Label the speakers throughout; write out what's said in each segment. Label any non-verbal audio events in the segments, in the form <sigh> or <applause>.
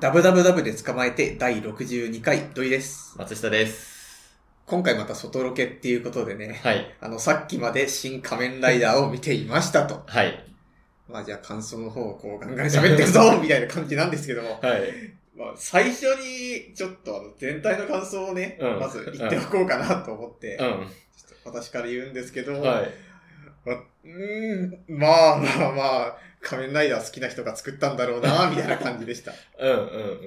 Speaker 1: ダブダブダブで捕まえて第62回土井です。
Speaker 2: 松下です。
Speaker 1: 今回また外ロケっていうことでね、
Speaker 2: はい。
Speaker 1: あの、さっきまで新仮面ライダーを見ていましたと。
Speaker 2: はい。
Speaker 1: まあじゃあ感想の方をこうガンガン喋っていくぞみたいな感じなんですけども。
Speaker 2: はい。
Speaker 1: まあ最初にちょっとあの全体の感想をね、
Speaker 2: うん
Speaker 1: まず言っておこうかなと思って、
Speaker 2: う
Speaker 1: ちょっと私から言うんですけど、
Speaker 2: ん。はい。
Speaker 1: まあうーん、まあまあまあ、仮面ライダー好きな人が作ったんだろうな、みたいな感じでした。
Speaker 2: うんうん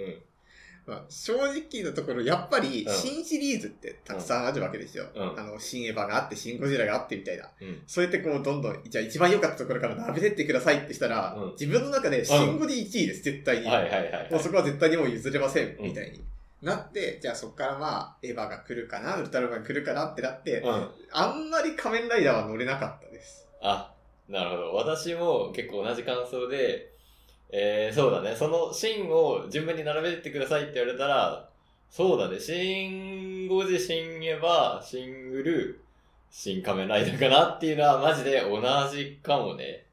Speaker 1: まあ、正直なところ、やっぱり
Speaker 2: うん
Speaker 1: 新シリーズってたくさんあるわけですよ。
Speaker 2: うん
Speaker 1: あの、新エヴァがあって、新ゴジラがあってみたいな。
Speaker 2: うん。
Speaker 1: そうやってこう、どんどん、じゃあ一番良かったところから並べてってくださいってしたら、
Speaker 2: うん
Speaker 1: 自分の中で新ゴジ1位です、絶対
Speaker 2: う
Speaker 1: に。
Speaker 2: ん。はいはいはい。
Speaker 1: もうそこは絶対にもう譲れません、
Speaker 2: うん
Speaker 1: みたいに。なって、じゃあそこからまあ、エヴァが来るかな、ウルトラマンが来るかなってなって、
Speaker 2: うん。
Speaker 1: あんまり仮面ライダーは乗れなかった
Speaker 2: <laughs>
Speaker 1: です。
Speaker 2: あ、なるほど。私も結構同じ感想で、えー、そうだね。そのシーンを順番に並べてってくださいって言われたら、そうだね。シン・ゴジ、シン・エヴァ、シングル、シン・仮面ライダーかなっていうのはマジで同じかもね。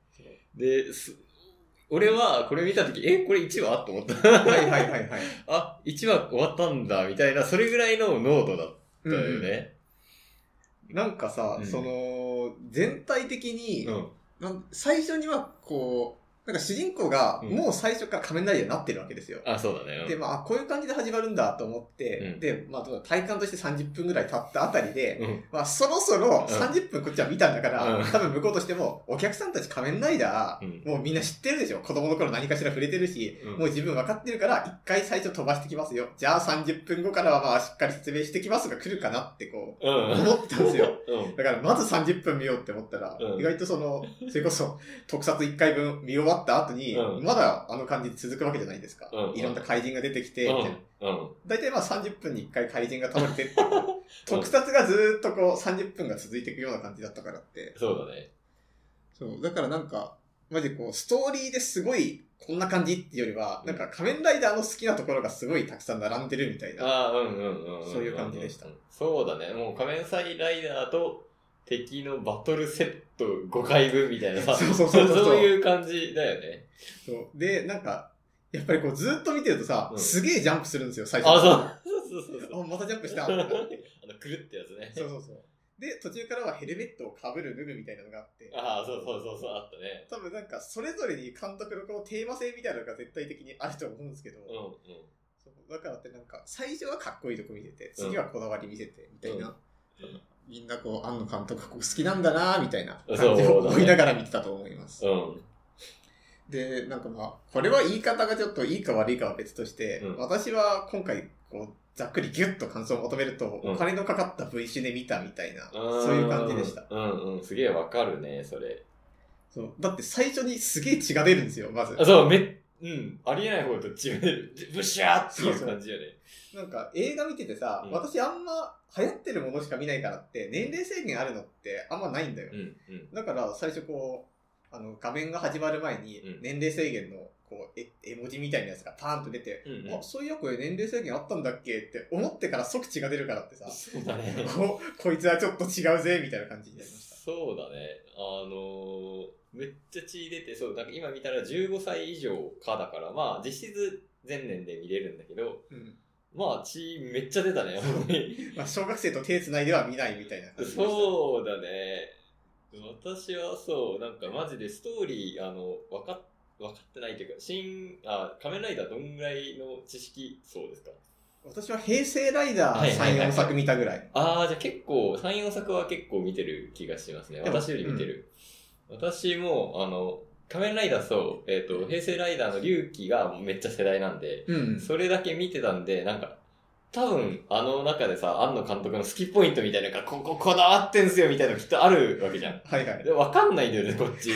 Speaker 2: で、す俺はこれ見たとき、え、これ1話と思った。
Speaker 1: はいはいはいはい。
Speaker 2: あ、1話終わったんだ、みたいな、それぐらいの濃度だったよね。
Speaker 1: なんかさ、
Speaker 2: うん
Speaker 1: その、全体的に、
Speaker 2: うん。
Speaker 1: なん最初にはこう、なんか主人公が
Speaker 2: うん
Speaker 1: もう最初から仮面ライダーになってるわけですよ。
Speaker 2: あ、そうだね。うん
Speaker 1: で、まあ、こういう感じで始まるんだと思って、
Speaker 2: うん
Speaker 1: で、まあ、どうだ体感として30分ぐらい経ったあたりで、
Speaker 2: うん。
Speaker 1: まあ、そろそろ
Speaker 2: うん
Speaker 1: 30分こっちは見たんだから、
Speaker 2: うん
Speaker 1: 多分向こうとしても、お客さんたち仮面ライダ
Speaker 2: う
Speaker 1: ー、
Speaker 2: ん。
Speaker 1: もうみんな知ってるでしょ子供の頃何かしら触れてるし、もう自分分かってるから、一回最初飛ばしてきますよ。じゃあ30分後からはまあ、しっかり説明してきますが来るかなってこ
Speaker 2: うん、
Speaker 1: う、
Speaker 2: うん。
Speaker 1: 思ってたんですよ。
Speaker 2: うん。
Speaker 1: だからまず30分見ようって思ったら、
Speaker 2: うん
Speaker 1: 意外とその、それこそ特撮1回分見終わった後に、
Speaker 2: うん
Speaker 1: まだあの感じ続くわけじゃないですか。
Speaker 2: うん
Speaker 1: いろんな怪人が出てきて、みたいな
Speaker 2: うん。うん。
Speaker 1: 大体まあ30分に1回怪人が倒れてっていう、特撮がずーっとこう30分が続いていくような感じだったからって。
Speaker 2: そうだね。
Speaker 1: そう、だからなんか、マジでこう、ストーリーですごいこんな感じっていうよりは、なんか仮面ライダーの好きなところがすごいたくさん並んでるみたいな。
Speaker 2: ああ、うんうんうん。
Speaker 1: そういう感じでした
Speaker 2: うん。そうだね。もう仮面サイライダーと敵のバトルセット5回分みたいなさ。
Speaker 1: そうそうそうそう
Speaker 2: そういう感じだよね。
Speaker 1: そうで、なんか、やっぱりこうずーっと見てるとさ、
Speaker 2: うん
Speaker 1: すげえジャンプするんですよ、最初。
Speaker 2: あそう。そうそうそうそう。
Speaker 1: あ、またジャンプ
Speaker 2: <laughs>
Speaker 1: したってなって。
Speaker 2: あの、くるってやつね。
Speaker 1: そうそうそう。で、途中からはヘルメットをかぶる脱ぐみたいなのがあって、
Speaker 2: ああ、そうそうそうそう、あったね。
Speaker 1: 多分なんかそれぞれに監督のこのテーマ性みたいなのが絶対的にあると思うんですけど、
Speaker 2: うんうん。
Speaker 1: そうだからってなんか最初はかっこいいとこ見せて、次はこだわり見せて、みたいな。
Speaker 2: うん
Speaker 1: みんなこう、庵野監督ここ好きなんだなみたいな
Speaker 2: そ
Speaker 1: 感
Speaker 2: う
Speaker 1: じを
Speaker 2: だね
Speaker 1: 思いながら見てたと思います。
Speaker 2: うん。
Speaker 1: で、なんかまあ、これは言い方がちょっといいか悪いかは別として、
Speaker 2: うん
Speaker 1: 私は今回、こう、ざっくりギュッと感想を求めると、
Speaker 2: うん
Speaker 1: お金のかかった V シネ見たみたいな、
Speaker 2: ん
Speaker 1: そういう感じでした。。
Speaker 2: うんうん。すげえわかるね、それ。
Speaker 1: そうだって最初にすげえ血が出るんですよ、まず
Speaker 2: あ。そう、めっ、うん。ありえない方と違う。ブシャーっていう感じよね。
Speaker 1: なんか映画見ててさ、
Speaker 2: うん
Speaker 1: 私あんま流行ってるものしか見ないからって、年齢制限あるのってあんまないんだよ。
Speaker 2: うんうん。
Speaker 1: だから最初こう、あの画面が始まる前に
Speaker 2: うん
Speaker 1: 年齢制限のこう絵絵文字みたいなやつがパーンと出て、
Speaker 2: うん
Speaker 1: あ、そういやこれ年齢制限あったんだっけって思ってから即血が出るからってさ、 <laughs>
Speaker 2: そうだね。
Speaker 1: ここいつはちょっと違うぜみたいな感じになりました。
Speaker 2: そうだね。あのーめっちゃ血出て、そう、なんか今見たら15歳以上かだから、まあ実質前年で見れるんだけど、
Speaker 1: うん
Speaker 2: まあ血めっちゃ出たね、本当 <laughs> に。
Speaker 1: まあ、小学生と手つないでは見ないみたいな感じでした
Speaker 2: そうだね。私はそう、なんかマジでストーリー、あの、分かっ分かってないというか、新、あ、仮面ライダーどんぐらいの知識そうですか
Speaker 1: 私は平成ライダ
Speaker 2: はい
Speaker 1: ー
Speaker 2: はいはい
Speaker 1: 3、4作見たぐらい。
Speaker 2: ああ、じゃあ結構、3、4作は結構見てる気がしますね。
Speaker 1: でも
Speaker 2: 私より見てる。私も、あの、仮面ライダーそう、えっ、と、平成ライダーの龍騎がめっちゃ世代なんで、
Speaker 1: うん。
Speaker 2: それだけ見てたんで、なんか、多分、あの中でさ、庵野監督の好きポイントみたいなのが、こここだわってんすよみたいなのきっとあるわけじゃん。
Speaker 1: はいはい。
Speaker 2: でわかんないんだよね、こ
Speaker 1: <laughs>
Speaker 2: っち。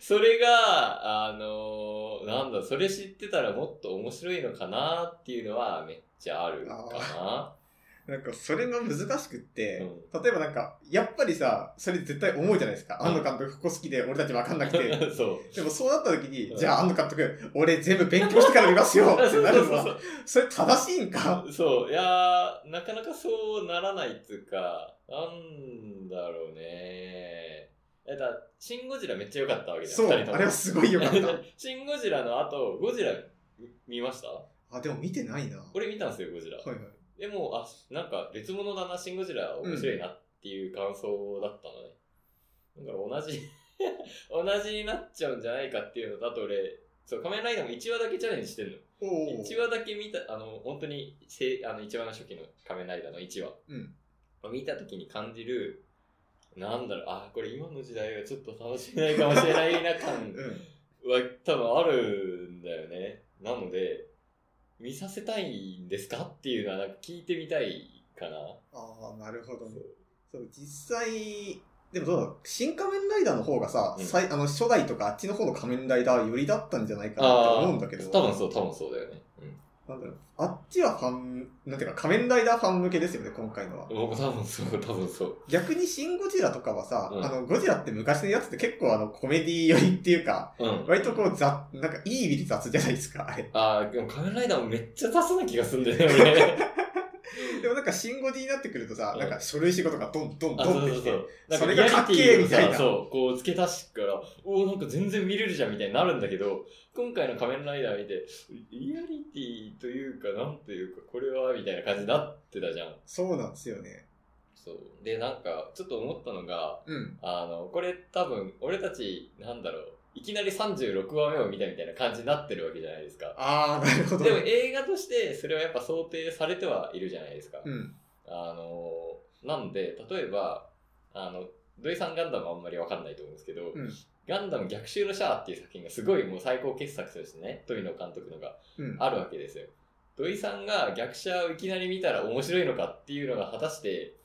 Speaker 2: それが、あのーなんだ、それ知ってたらもっと面白いのかなっていうのはめっちゃあるか
Speaker 1: なんか、それが難しくって、
Speaker 2: う
Speaker 1: 例えばなんか、やっぱりさ、それ絶対思うじゃないですか。
Speaker 2: うん
Speaker 1: 庵野監督、ここ好きで、俺たちわかんなくて。
Speaker 2: な。 <laughs> そう。
Speaker 1: でもそうなった時に、
Speaker 2: うん
Speaker 1: じゃあ庵野監督、俺全部勉強してから見ますよ
Speaker 2: あ
Speaker 1: って
Speaker 2: そう
Speaker 1: な
Speaker 2: <laughs> そう
Speaker 1: る
Speaker 2: そ
Speaker 1: のは、
Speaker 2: う
Speaker 1: それ正しいんか
Speaker 2: そう。そう。いやーなかなかそうならないっつうか、なんだろうね。えだからシン・ゴジラめっちゃ良かったわけじゃん、
Speaker 1: そう、
Speaker 2: 二人とも <laughs>
Speaker 1: あれはすごい良かった。
Speaker 2: シン・ゴジラの後、ゴジラみ見ました
Speaker 1: あ、でも見てないな。
Speaker 2: 俺見たんですよ、ゴジラ。
Speaker 1: はいはい。
Speaker 2: でも、あ、なんか別物だな、シン・ゴジラ面白いなっていう感想だったのね。だから同じ、 <laughs> 同じになっちゃうんじゃないかっていうのだと俺、そう、仮面ライダーも1話だけチャレンジしてるの。
Speaker 1: おー。
Speaker 2: 1話だけ見た、あの、本当にせ、あの、1話の初期の仮面ライダーの1話。
Speaker 1: うん
Speaker 2: 見た時に感じる、なんだろう、あ、これ今の時代はちょっと楽しめないかもしれないな感
Speaker 1: うん。
Speaker 2: は多分あるんだよね。なので、見させたいんですかっていうのはなんか聞いてみたいかな。
Speaker 1: ああ、なるほ
Speaker 2: そ
Speaker 1: どね。
Speaker 2: う
Speaker 1: そう、実際、でもどうだろう新仮面ライダーの方がさ、
Speaker 2: うん
Speaker 1: さいあの初代とかあっちの方の仮面ライダー寄りだったんじゃないかなって
Speaker 2: ああ
Speaker 1: 思うんだけど、
Speaker 2: 多分そう、多分そうだよね。
Speaker 1: なんだろう、あっちはファン、なんていうか仮面ライダーファン向けですよね、今回のは
Speaker 2: う。ん。僕多分そう、多分そう。
Speaker 1: 逆にシン・ゴジラとかはさ、
Speaker 2: うん
Speaker 1: あの、ゴジラって昔のやつって結構あの、コメディ寄りっていうか、
Speaker 2: うん。
Speaker 1: 割とこう、ざ、なんかいい意味で雑じゃないですか、あれ。
Speaker 2: あーでも仮面ライダーもめっちゃ出すな気がするんだよね。
Speaker 1: でもなんかシン・ゴジになってくるとさ、
Speaker 2: うん
Speaker 1: なんか書類仕事がどんどん
Speaker 2: あ、
Speaker 1: ど
Speaker 2: そ
Speaker 1: ん
Speaker 2: う
Speaker 1: って
Speaker 2: そう
Speaker 1: き
Speaker 2: そ
Speaker 1: て、
Speaker 2: う。なんか
Speaker 1: それ
Speaker 2: リ
Speaker 1: が
Speaker 2: ア
Speaker 1: かっ
Speaker 2: リ
Speaker 1: け
Speaker 2: テ
Speaker 1: ー
Speaker 2: ィ
Speaker 1: みたいな
Speaker 2: そう、こう付け足すから、おおなんか全然見れるじゃんみたいになるんだけど、今回の仮面ライダー見て、リアリティというか、なんというか、これは、みたいな感じになってたじゃん。
Speaker 1: そうなんですよね。
Speaker 2: そう。で、なんか、ちょっと思ったのが、
Speaker 1: うん。
Speaker 2: あの、これ多分、俺たち、なんだろう、いきなり36話目を見たみたいな感じになってるわけじゃないですか。
Speaker 1: ああ、なるほど。
Speaker 2: でも映画として、それはやっぱ想定されてはいるじゃないですか。
Speaker 1: うん。
Speaker 2: あのなんで、例えば、あの、土井さんガンダムあんまりわかんないと思うんですけど、
Speaker 1: うん
Speaker 2: ガンダム逆襲のシャアっていう作品がすごいもう最高傑作としてね、富野監督のが
Speaker 1: うん。
Speaker 2: あるわけですよ。土井さんが逆シャアをいきなり見たら面白いのかっていうのが果たして、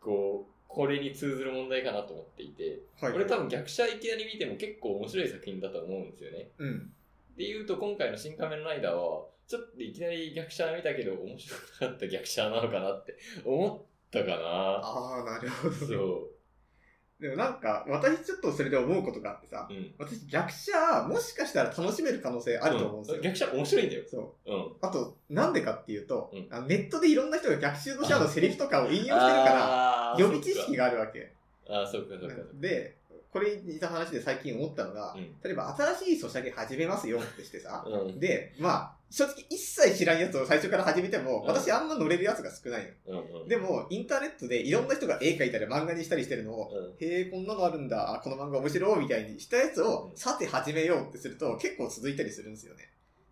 Speaker 2: こう、これに通ずる問題かなと思っていて、
Speaker 1: はい。
Speaker 2: 俺多分逆シャアいきなり見ても結構面白い作品だと思うんですよね。
Speaker 1: うん。
Speaker 2: で言うと今回の新仮面ライダーは、ちょっといきなり逆シャア見たけど面白くなかった逆シャアなのかなって思ったかな。
Speaker 1: ああ、なるほど。
Speaker 2: そ
Speaker 1: でもなんか、私ちょっとそれで思うことがあってさ
Speaker 2: う。、うん。
Speaker 1: 私逆者、もしかしたら楽しめる可能性あると思うんですよ。
Speaker 2: 逆シャア面白いんだよ。
Speaker 1: そう。
Speaker 2: うん。
Speaker 1: あと、なんでかっていうと、
Speaker 2: うん
Speaker 1: あのネットでいろんな人が逆襲のシャアのセリフとかを引用してるから、
Speaker 2: ら
Speaker 1: 予備知識があるわけ。
Speaker 2: あーそっかあー、そっかそっか。
Speaker 1: で、これに似た話で最近思ったのが、
Speaker 2: うん
Speaker 1: 例えば新しいソシャゲ始めますよってしてさ、
Speaker 2: うん。
Speaker 1: で、まあ、正直一切知らんやつを最初から始めても、
Speaker 2: うん
Speaker 1: 私あんま乗れるやつが少ないの。
Speaker 2: うん。うん。
Speaker 1: でも、インターネットでいろんな人が絵描いたり漫画にしたりしてるのを、
Speaker 2: うん、
Speaker 1: へえ、こんなのあるんだ、あこの漫画面白いみたいにしたやつを、
Speaker 2: うん
Speaker 1: さて始めようってすると結構続いたりするんですよね。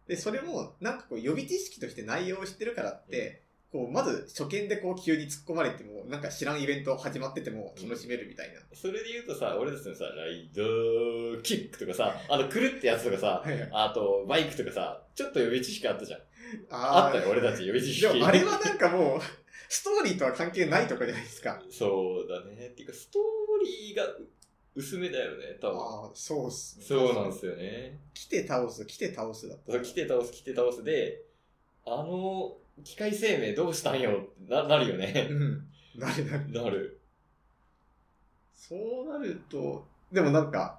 Speaker 1: で、それも、なんかこう予備知識として内容を知ってるからって、こう、まず初見でこう急に突っ込まれても、なんか知らんイベント始まってても楽しめるみたいな。
Speaker 2: それで言うとさ、俺たちのさ、ライドーキックとかさ、あの、くるってやつとかさ、
Speaker 1: はいはい
Speaker 2: あと、バイクとかさ、ちょっと予備知識あったじゃん。あ
Speaker 1: あ
Speaker 2: ったよ、俺たち予備知識。
Speaker 1: でもあれはなんかもう、ストーリーとは関係ないとかじゃないですか。
Speaker 2: そうだね。っていうか、ストーリーがう薄めだよね、多分。
Speaker 1: ああ、そうっすね。
Speaker 2: そうなんですよね。
Speaker 1: 来て倒す、来て倒すだった
Speaker 2: そう。来て倒す、来て倒すで、あの、機械生命どうしたんよってななるよ
Speaker 1: う
Speaker 2: ね。 <laughs>
Speaker 1: ん。なるなる。
Speaker 2: なる。
Speaker 1: そうなると、でもなんか、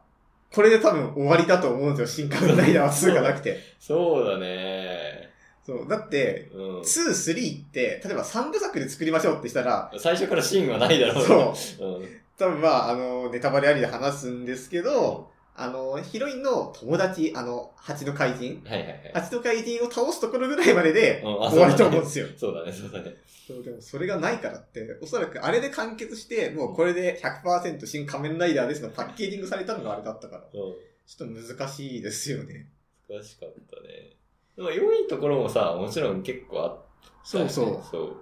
Speaker 1: これで多分終わりだと思うんですよ。新仮面ライダーは2がなくて。
Speaker 2: そうだね。
Speaker 1: そう。だって、
Speaker 2: うん。
Speaker 1: 2、3って、例えば3部作で作りましょうってしたら、
Speaker 2: 最初からシーンはないだろう
Speaker 1: そう。
Speaker 2: う。うん。
Speaker 1: 多分まあ、あの、ネタバレありで話すんですけど、あの、ヒロインの友達、あの、蜂の怪人
Speaker 2: はいはいはい。
Speaker 1: 蜂の怪人を倒すところぐらいまでで、
Speaker 2: うんあ
Speaker 1: 終わりと思うん
Speaker 2: そ
Speaker 1: ですよ。
Speaker 2: うだね、そうだね。
Speaker 1: そう、でもそれがないからって、おそらくあれで完結して、もうこれで100%新仮面ライダーですのパッケージングされたのがあれだったから、
Speaker 2: そうだね
Speaker 1: ちょっと難しいですよね。
Speaker 2: うん。詳しかったね。でも、良いところもさ、もちろん結構あっ
Speaker 1: そうそう。
Speaker 2: そう。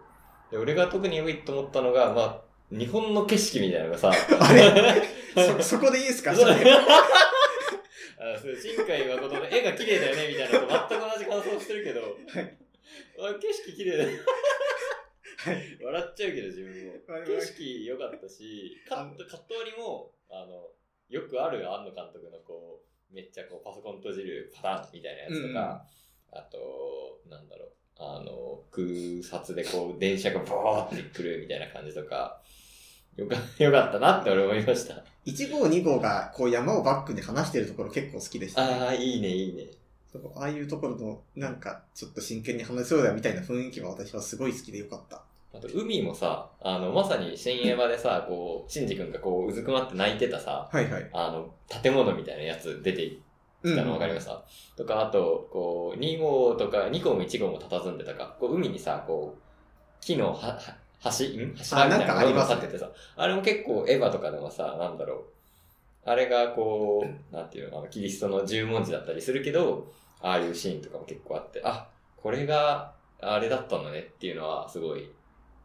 Speaker 2: で、俺が特に良いと思ったのが、まあ、日本の景色みたいなのが
Speaker 1: <laughs>
Speaker 2: さ、
Speaker 1: あれそ、そこでいいですか
Speaker 2: そう
Speaker 1: それ
Speaker 2: <laughs> あそう新海誠の絵が綺麗だよねみたいなのと全く同じ感想をしてるけど、
Speaker 1: い
Speaker 2: あ景色綺麗だよ。
Speaker 1: はい
Speaker 2: <laughs> 笑っちゃうけど自分も
Speaker 1: まあ。でも
Speaker 2: 景色良かったし、カット、カット割りも、あの、よくある庵野監督のこう、めっちゃこうパソコン閉じるパターンみたいなやつとか、あと、なんだろう、あの、空撮でこう、電車がボーって来るみたいな感じとか、よか <laughs> よかったなって俺思いました。
Speaker 1: 1号2号がこう山をバックに離してるところ結構好きでした、
Speaker 2: ああ、いいね、いいね。
Speaker 1: そうああいうところのなんかちょっと真剣に話そうだみたいな雰囲気は私はすごい好きでよかった。
Speaker 2: あと、海もさ、あの、まさに新映画でさ、こう、シンジ君がこう、うずくまって泣いてたさ、
Speaker 1: はいはい。
Speaker 2: あの、建物みたいなやつ出て
Speaker 1: うん
Speaker 2: 来たの分かりました、とか、あと、こう、2号とか、2号も1号も佇んでたか、こう、海にさ、こう、木のは、は、橋ん柱
Speaker 1: あ
Speaker 2: み
Speaker 1: ない
Speaker 2: た
Speaker 1: ん
Speaker 2: な
Speaker 1: かありますね
Speaker 2: 立っててさ、あれも結構エヴァとかでもさ、なんだろう。あれがこう、なんていうのかな、キリストの十文字だったりするけど、ああいうシーンとかも結構あって、あ、これがあれだったのねっていうのはすごい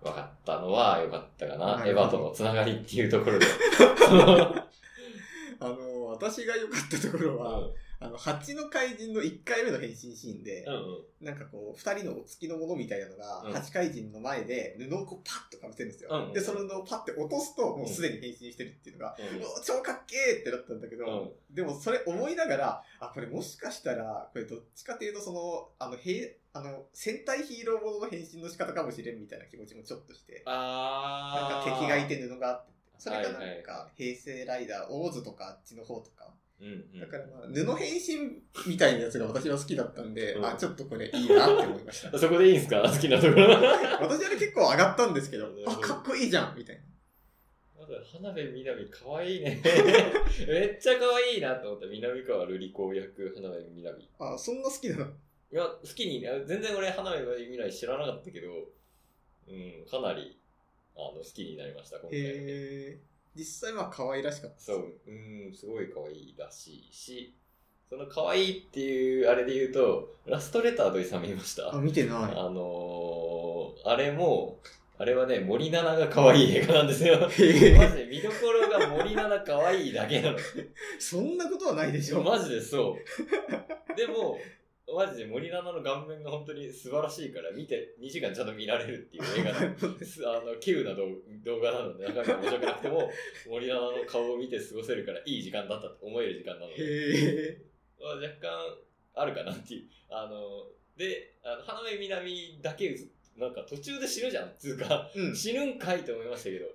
Speaker 2: 分かったのは良かったかな。
Speaker 1: な
Speaker 2: エ
Speaker 1: る
Speaker 2: ヴ
Speaker 1: ほど
Speaker 2: ァとのつながりっていうと
Speaker 1: <laughs>
Speaker 2: ころで。
Speaker 1: あの、私が良かったところは、あの、蜂の怪人の1回目の変身シーンで、
Speaker 2: う
Speaker 1: なんかこう、二人のお付きのものみたいなのが
Speaker 2: うん、
Speaker 1: 八怪人の前で布をこうパッとかぶせるんですよ。
Speaker 2: うん
Speaker 1: で、その布をパッて落とすと、もうすでに変身してるっていうのが、
Speaker 2: ん。
Speaker 1: うお超かっけーってなったんだけど、でもそれ思いながら、あ、これもしかしたら、これどっちかというとその、あの、へいあの、戦隊ヒーローものの変身の仕方かもしれんみたいな気持ちもちょっとして、なん
Speaker 2: あ
Speaker 1: か
Speaker 2: ー。
Speaker 1: 敵がいて布があって、それがなん
Speaker 2: はいはい
Speaker 1: か、平成ライダー、オーズとかあっちの方とか、
Speaker 2: うんうん。
Speaker 1: だからまあ、布変身みたいなやつが私は好きだったんで、
Speaker 2: うん
Speaker 1: あ、ちょっとこれいいなって思いました。
Speaker 2: そこでいいんすか <laughs> 好きなところ。
Speaker 1: <laughs> 私はね結構上がったんですけど
Speaker 2: なる、ほ
Speaker 1: あ、
Speaker 2: ど
Speaker 1: かっこいいじゃんみたいな。
Speaker 2: まず、花部みなみかわいいね。 <laughs> めっちゃかわいいなと思った。みなみ川瑠璃子役、花部みなみ。
Speaker 1: あ、そんな好きなの
Speaker 2: いや、好きに、あ全然俺、花部みなみ知らなかったけど、うん、かなり、あの、好きになりました、今回。
Speaker 1: へえ。実際まあ可愛らしかったです。
Speaker 2: そう、うん、すごい可愛いらしいし、その可愛いっていうあれで言うと、ラストレターとイさん見ました。
Speaker 1: あ、
Speaker 2: あ
Speaker 1: 見てない。
Speaker 2: のー、あれも、あれはね、森七菜が可愛い映画なんですよ。マ
Speaker 1: <laughs>
Speaker 2: ジ
Speaker 1: へえ
Speaker 2: で見どころが森七菜可愛いだけなの。
Speaker 1: そんなことはないでしょ。
Speaker 2: マジでそう。でも、マジで森七菜の顔面が本当に素晴らしいから、見て、2時間ちゃんと見られるっていう映画のすあの、稀有な動動画なので、中身が面白くなくても、森七菜の顔を見て過ごせるから、いい時間だったと思える時間な
Speaker 1: <laughs>
Speaker 2: の
Speaker 1: へ
Speaker 2: で、
Speaker 1: え。
Speaker 2: まあ若干あるかなっていう。あの、で、あの花目みなみだけ映っ、なんか途中で死ぬじゃん、つうか、
Speaker 1: うん。
Speaker 2: 死ぬんかいと思いましたけど、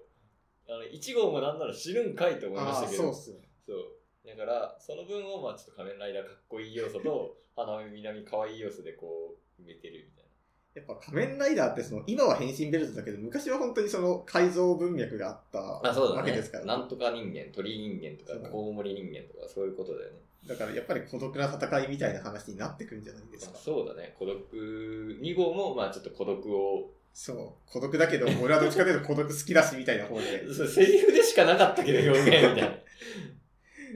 Speaker 2: あの、1号もなんなら死ぬんかいと思いまし
Speaker 1: あ
Speaker 2: た
Speaker 1: ー、
Speaker 2: け
Speaker 1: そう
Speaker 2: ど
Speaker 1: っ、すね。
Speaker 2: そう。だから、その分を、まあちょっと仮面ライダーかっこいい要素
Speaker 1: <laughs>
Speaker 2: と、花見南かわいい要素でこう、埋めてるみたい
Speaker 1: やっぱ仮面ライダーってその、今は変身ベルトだけど、昔は本当にその改造文脈があった
Speaker 2: な。あ、そうだね。
Speaker 1: わけですから、
Speaker 2: なんとか人間、鳥人間と
Speaker 1: そ
Speaker 2: か、
Speaker 1: う
Speaker 2: コウモリ人間とか、そういうことだよね。
Speaker 1: だからやっぱり孤独な戦いみたいな話になってくるんじゃないです
Speaker 2: ま
Speaker 1: か
Speaker 2: あ。そうだね。孤独、2号も、まあちょっと孤独を、 <laughs>
Speaker 1: そう。孤独だけど、俺はどっちかというと孤独好きだしみたいな方 <laughs> で。
Speaker 2: そうセリフでしかなかったけど、表現みたいな。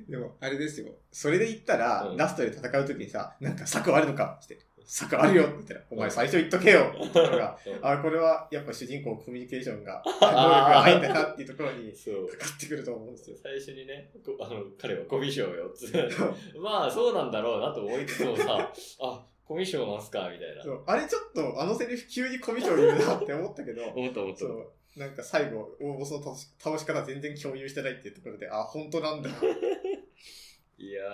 Speaker 1: でも、あれですよ。それで言ったら、
Speaker 2: うん
Speaker 1: ラストで戦うときにさ、なんか策はあるのかって策あるよって言ったら、お前最初言っとけよって言ったの
Speaker 2: <laughs>
Speaker 1: が、あ、これはやっぱ主人公コミュニケーションが、能力がないんだなっていうところに
Speaker 2: そう。
Speaker 1: かかってくると思うんですよ。
Speaker 2: 最初にね、こあの彼はコミュ障よつって。 <laughs> まあ、そうなんだろうなと思いつつもさ、あ、コミュ障なんすかみたいな
Speaker 1: そ。うあれちょっと、あのセリフ急にコミュ障言うなって思ったけど、
Speaker 2: 思った思った
Speaker 1: そ。う、なんか最後、大ボスの倒し倒し方全然共有してないっていうところで、あ、本当
Speaker 2: <laughs>
Speaker 1: なんだ。
Speaker 2: いやー、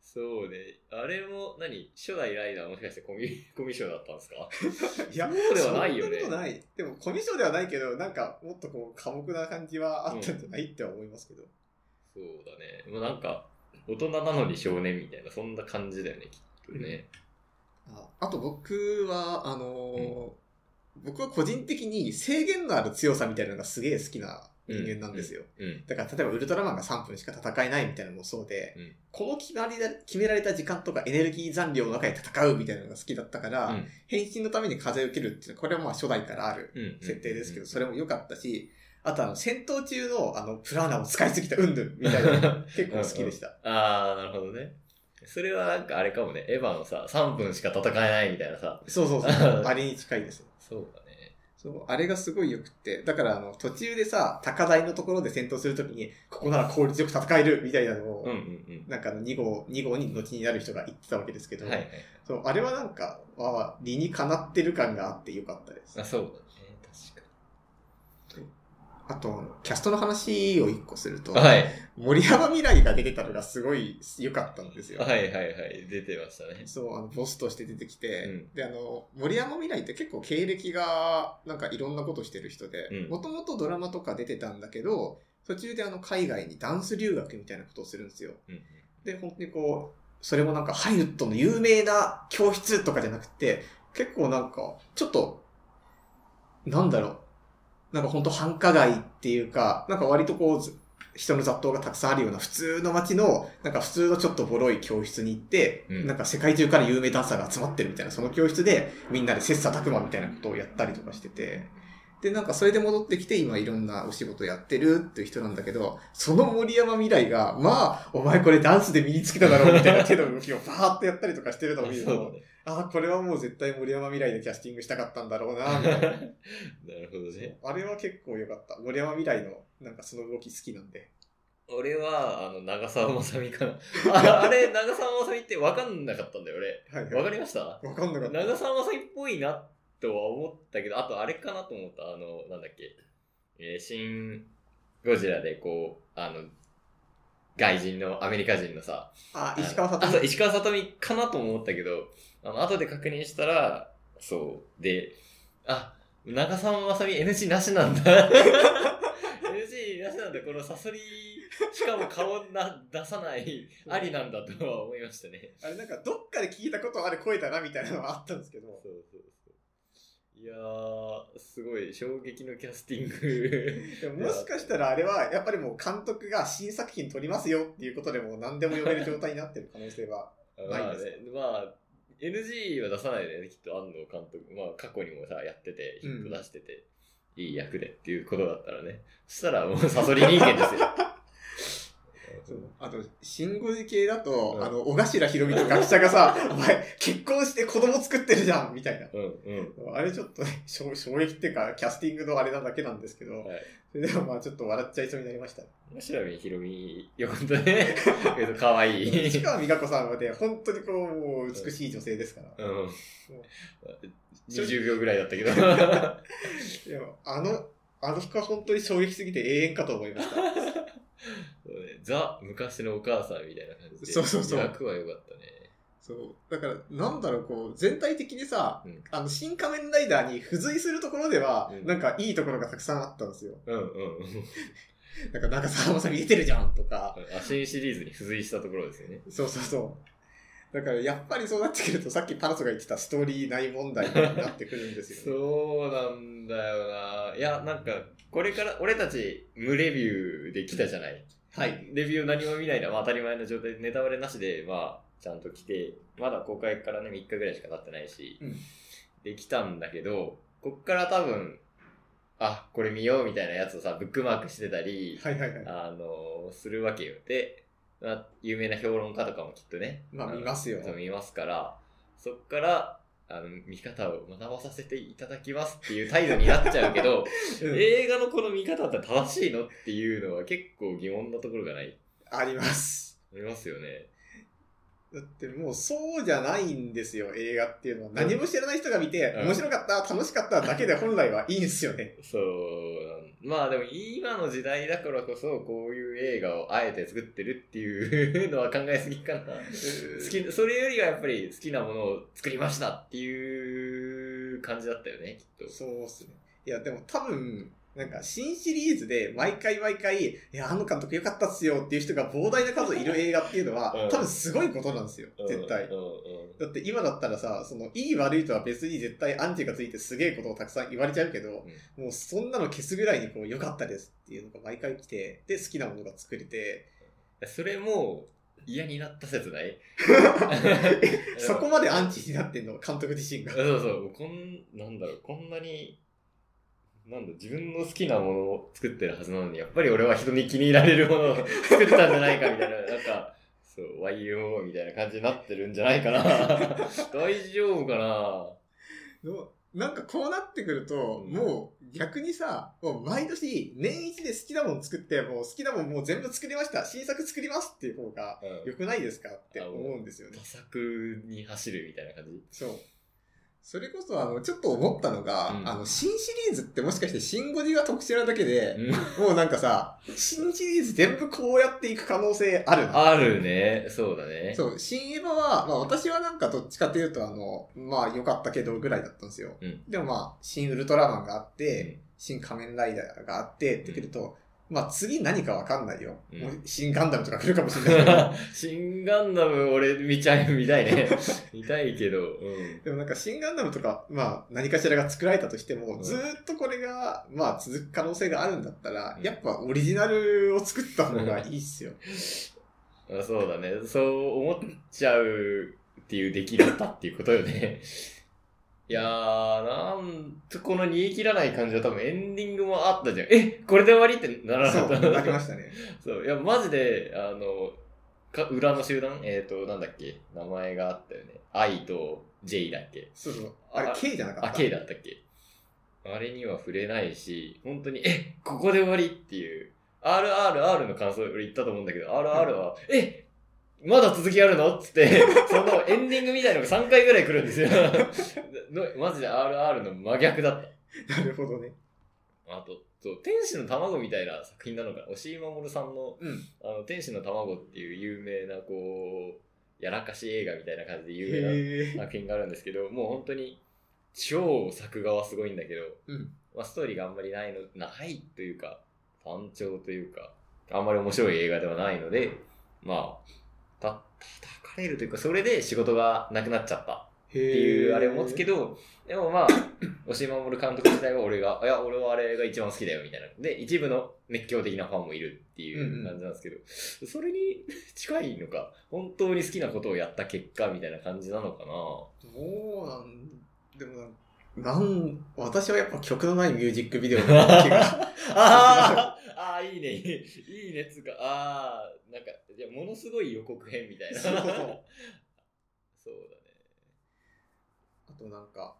Speaker 2: そうね。あれも、何初代ライダーはもしかしてコミ、 <laughs> コミショだったんですか
Speaker 1: いや、
Speaker 2: そうではないよね
Speaker 1: そんなことない。でも、コミュ障ではないけど、なんか、もっとこう、寡黙な感じはあったんじゃない、って思いますけど。
Speaker 2: そうだね。もうなんか、大人なのに少年みたいな、そんな感じだよね、きっとね。
Speaker 1: ああと僕は、あのー僕は個人的に制限のある強さみたいなのがすげえ好きな人間なんですよ。
Speaker 2: うん。
Speaker 1: だから例えばウルトラマンが3分しか戦えないみたいなのもそうで、
Speaker 2: うん
Speaker 1: この決まりだ決められた時間とかエネルギー残量の中で戦うみたいなのが好きだったから、
Speaker 2: うん
Speaker 1: 変身のために風を受けるっていうのはこれはまあ初代からある
Speaker 2: うん。
Speaker 1: 設定ですけど、そ
Speaker 2: れ
Speaker 1: れも良かったし、あとあの戦闘中のあのプラーナを使いすぎたうんぬんみたいなの結構好きでした。
Speaker 2: <laughs> あー、なるほどね。それはなんかあれかもね、エヴァのさ、3分しか戦えないみたいなさ。
Speaker 1: そう
Speaker 2: <laughs>
Speaker 1: そうそう。あれに近いです。
Speaker 2: そうだね。
Speaker 1: そう、あれがすごい良くって。だから、あの、途中でさ、高台のところで戦闘するときに、ここなら効率よく戦えるみたいなのを、
Speaker 2: うんうん
Speaker 1: なんかあの2号、2号に後になる人が言ってたわけですけ
Speaker 2: う
Speaker 1: ど、
Speaker 2: ん。はいはい。
Speaker 1: そう、あれはなんか、まあまあ、理にかなってる感があって良かったです
Speaker 2: あ、。そうだね。
Speaker 1: あと、キャストの話を1個すると、
Speaker 2: 確かに。はい。
Speaker 1: 森山未来が出てたのがすごい良かったんですよ。
Speaker 2: はいはいはい。出てましたね。
Speaker 1: そう、あの、ボスとして出てきて、
Speaker 2: うん
Speaker 1: で、あの、森山未来って結構経歴が、なんかいろんなことしてる人で
Speaker 2: うん、
Speaker 1: もともとドラマとか出てたんだけど、途中であの、海外にダンス留学みたいなことをするんですよ。
Speaker 2: うんうん。
Speaker 1: で、本当にこう、それもなんかハリウッドの有名な教室とかじゃなくて、結構なんか、ちょっと、なんだろう、なんか本当繁華街っていうか、なんか割とこうず、人の雑踏がたくさんあるような普通の街の、なんか普通のちょっとボロい教室に行って、
Speaker 2: うん
Speaker 1: なんか世界中から有名ダンサーが集まってるみたいな、その教室でみんなで切磋琢磨みたいなことをやったりとかしてて、で、なんかそれで戻ってきて今いろんなお仕事やってるっていう人なんだけど、その森山未来が、まあ、お前これダンスで身につけただろうみたいな手の動きをバーってやったりとかしてるのを見る
Speaker 2: そうだ
Speaker 1: と、
Speaker 2: ね。
Speaker 1: ああ、これはもう絶対森山未来でキャスティングしたかったんだろうな、みたい
Speaker 2: <laughs>
Speaker 1: な。
Speaker 2: なるほどね。
Speaker 1: あれは結構良かった。森山未来の、なんかその動き好きなんで。
Speaker 2: 俺は、あの、長澤まさみ <laughs> かな。ああれ、長澤まさみって分かんなかったんだよ、
Speaker 1: はいはい
Speaker 2: 俺。わかりました
Speaker 1: わかんなかった。
Speaker 2: 長澤まさみっぽいなとは思ったけど、あとあれかなと思った、あの、なんだっけ、えー、シン・ゴジラでこう、あの、外人の、アメリカ人のさ、
Speaker 1: あ、
Speaker 2: あの
Speaker 1: 石川さ
Speaker 2: あ
Speaker 1: と
Speaker 2: そう石川さとみかなとも思ったけど、あの、後で確認したら、そう、で、あ、長澤まさみ NG なしなんだ。NG なしなんだ、このサソリ、しかも顔な出さない、ありなんだとは思いましたね。
Speaker 1: あれなんかどっかで聞いたことあれ超えたなみたいなのはあったんです
Speaker 2: <laughs>
Speaker 1: けど。
Speaker 2: そうそうそう。いやー、すごい、衝撃のキャスティング。
Speaker 1: でももしかしたらあれはやっぱりもう監督が新作品撮りますよっていうことでもう何でも読める状態になってる可能性は。
Speaker 2: ま
Speaker 1: な
Speaker 2: あ
Speaker 1: い
Speaker 2: ね
Speaker 1: です、
Speaker 2: まあ、NG は出さないでね、きっと安藤監督、まあ過去にもさ、やってて、ヒット出してて、いい役でっていうことだったらね、そしたらもうサソリ人間で
Speaker 1: <laughs>
Speaker 2: すよ。
Speaker 1: そうあと、シンゴジ系だと、
Speaker 2: うん
Speaker 1: あの、小頭ひろみの学者が
Speaker 2: <laughs>
Speaker 1: さ、お前結婚して子供作ってるじゃんみたいな。
Speaker 2: うんうん。
Speaker 1: あれちょっとね、 <laughs> 衝衝撃っていうか、キャスティングのあれなだけなんですけど、
Speaker 2: はい。
Speaker 1: それでもまあちょっと笑っちゃいそうになり
Speaker 2: <laughs>
Speaker 1: ました。
Speaker 2: 白見ひろみ、よかったね。えっと、かわいい。
Speaker 1: 市川美香子さんはね、本当にこう、もう美しい女性ですから。
Speaker 2: うん。20秒ぐらいだったけど。あ
Speaker 1: いや、あの、あの服は本当に衝撃すぎて永遠かと思いました。
Speaker 2: <laughs> そうねザ、昔のお母さんみたいな感じで。
Speaker 1: そうそうそう
Speaker 2: 役は良かったね。
Speaker 1: そう。だから、なんだろう、こう、全体的にさ、
Speaker 2: うん
Speaker 1: あの、新仮面ライダーに付随するところでは、
Speaker 2: うん
Speaker 1: なんかいいところがたくさんあったんですよ。
Speaker 2: うんうん
Speaker 1: なんか、なんかさ、まさ見えてるじゃんとか。
Speaker 2: うん。あ、新シリーズに付随したところですよね。
Speaker 1: そうそうそう。だから、やっぱりそうなってくると、さっきパラソが言ってたストーリーない問題になってくるんですよ、ね。
Speaker 2: そうなんだよな。いや、なんか、これから、俺たち、無レビューで来たじゃない。
Speaker 1: はい。
Speaker 2: レビュー何も見ないな、まあ、当たり前の状態で、ネタバレなしで、まあ、ちゃんと来て、まだ公開からね、3日ぐらいしか経ってないし、
Speaker 1: うん
Speaker 2: できたんだけど、こっから多分、あ、これ見ようみたいなやつをさ、ブックマークしてたり、
Speaker 1: はいはいはい。
Speaker 2: あのするわけよ。で、まあ、有名な評論家とかもきっとね。
Speaker 1: まあ
Speaker 2: の
Speaker 1: 見ますよ
Speaker 2: そう見ますから、そっから、あの、見方を学ばさせていただきますっていう態度になっちゃうけど、
Speaker 1: <laughs> うん
Speaker 2: 映画のこの見方って正しいのっていうのは結構疑問なところがない。
Speaker 1: あります。
Speaker 2: ありますよね。
Speaker 1: だってもうそうじゃないんですよ、映画っていうのは。何も知らない人が見て、
Speaker 2: うん
Speaker 1: 面白かった、楽しかっただけで本来はいいんですよね。
Speaker 2: そうなん。まあでも今の時代だからこそ、こういう映画をあえて作ってるっていうのは考えすぎかな。好きそれよりはやっぱり好きなものを作りましたっていう感じだったよねきっと
Speaker 1: そうっすね。いや、でも多分、なんか新シリーズで毎回毎回、いや、あの監督良かったっすよっていう人が膨大な数いる映画っていうのは、
Speaker 2: うん
Speaker 1: 多分すごいことなんですよ、絶対。
Speaker 2: うんうん
Speaker 1: だって今だったらさ、その、いい悪いとは別に絶対アンチがついてすげえことをたくさん言われちゃうけど、もうそんなの消すぐらいにこう良かったですっていうのが毎回来て、で、好きなものが作れて、
Speaker 2: うんそれも嫌になった説ない
Speaker 1: そこまでアンチになってんの、監督自身が。
Speaker 2: そうそうこんなんだろうこんなになんだ自分の好きなものを作ってるはずなのにやっぱり俺は人に気に入られるものを作ったんじゃないかみたいな <laughs> なんかそう YMO みたいな感じになってるんじゃないかな大丈夫かな
Speaker 1: のなんかこうなってくると、
Speaker 2: うん
Speaker 1: もう逆にさ、もう毎年年一で好きなもの作って、もう好きなものもう全部作りました、新作作りますっていう方が
Speaker 2: うん
Speaker 1: 良くないですかって思うんですよね
Speaker 2: 多。作に走るみたいな感じ
Speaker 1: そう。それこそ、あの、ちょっと思ったのが、
Speaker 2: うん
Speaker 1: あの、新シリーズってもしかして新ゴジラ特殊なだけで、もうなんかさ、新シリーズ全部こうやっていく可能性あるな
Speaker 2: あるね。そうだね。
Speaker 1: そう、新エヴァは、まあ私はなんかどっちかというと、あの、まあ良かったけどぐらいだったんですよ。
Speaker 2: うん
Speaker 1: でもまあ、新ウルトラマンがあっ
Speaker 2: う
Speaker 1: て、
Speaker 2: ん
Speaker 1: 新仮面ライダーがあってってくると、まあ次何かわかんないよ。
Speaker 2: うん
Speaker 1: もう新ガンダムとか来るかもしれないけ
Speaker 2: <laughs>
Speaker 1: ど。
Speaker 2: 新ガンダム俺見ちゃい、見たいね。見たいけど、うん。
Speaker 1: でもなんか新ガンダムとか、まあ何かしらが作られたとしても、
Speaker 2: うん
Speaker 1: ずーっとこれが、まあ続く可能性があるんだったら
Speaker 2: う、ん
Speaker 1: やっぱオリジナルを作った方がいいっすよ。
Speaker 2: あそうだね。そう思っちゃうっていう出来だったっていうことよね。いやー、なんとこの煮え切らない感じは多分エンディングもあったじゃん。え、これで終わりってならな
Speaker 1: そ
Speaker 2: かっ
Speaker 1: う、
Speaker 2: た。
Speaker 1: なりましたね。
Speaker 2: そう、いや、マジで、あの、か裏の集団、えっ、と、なんだっけ、名前があったよね。I と J だっけ。
Speaker 1: そうそう。あれ
Speaker 2: あ
Speaker 1: K じゃなかった。
Speaker 2: あ、K だったっけ。あれには触れないし、本当に、え、ここで終わりっていう、RRR の感想、俺言ったと思うんだけど、RR は、え、まだ続きあるのっつって、 <laughs> そのエンディングみたいなのが3回ぐらい来るんですよ。のマジで RR の真逆だった。
Speaker 1: なるほどね。
Speaker 2: あと、そう、天使の卵みたいな作品なのかな。押井守さんの、
Speaker 1: うん
Speaker 2: あの、天使の卵っていう有名な、こう、やらかし映画みたいな感じで有名
Speaker 1: へえ。
Speaker 2: な作品があるんですけど、もう本当に、超作画はすごいんだけど、
Speaker 1: うん
Speaker 2: まあ、ストーリーがあんまりないの、ないというか、単調というか、あんまり面白い映画ではないので、まあ、た、叩かれるというか、それで仕事がなくなっちゃった
Speaker 1: って
Speaker 2: っていうあれを持つけ
Speaker 1: ど。
Speaker 2: ど、でも <coughs> まあ、押井守監督自体は俺が、いや、俺はあれが一番好きだよみたいな。で、一部の熱狂的なファンもいるっていう感じなんですけど、それに近いのか、本当に好きなことをやった結果みたいな感じなのかな。
Speaker 1: どうなんでもなん、なん、私はやっぱ曲のないミュージックビデオの気が。
Speaker 2: あーあー、いいね、いいいいね、つうか、ああ、なんか、いや、ものすごい予告編みたいな。
Speaker 1: そうそう
Speaker 2: <laughs> そうだね。
Speaker 1: あとなんか、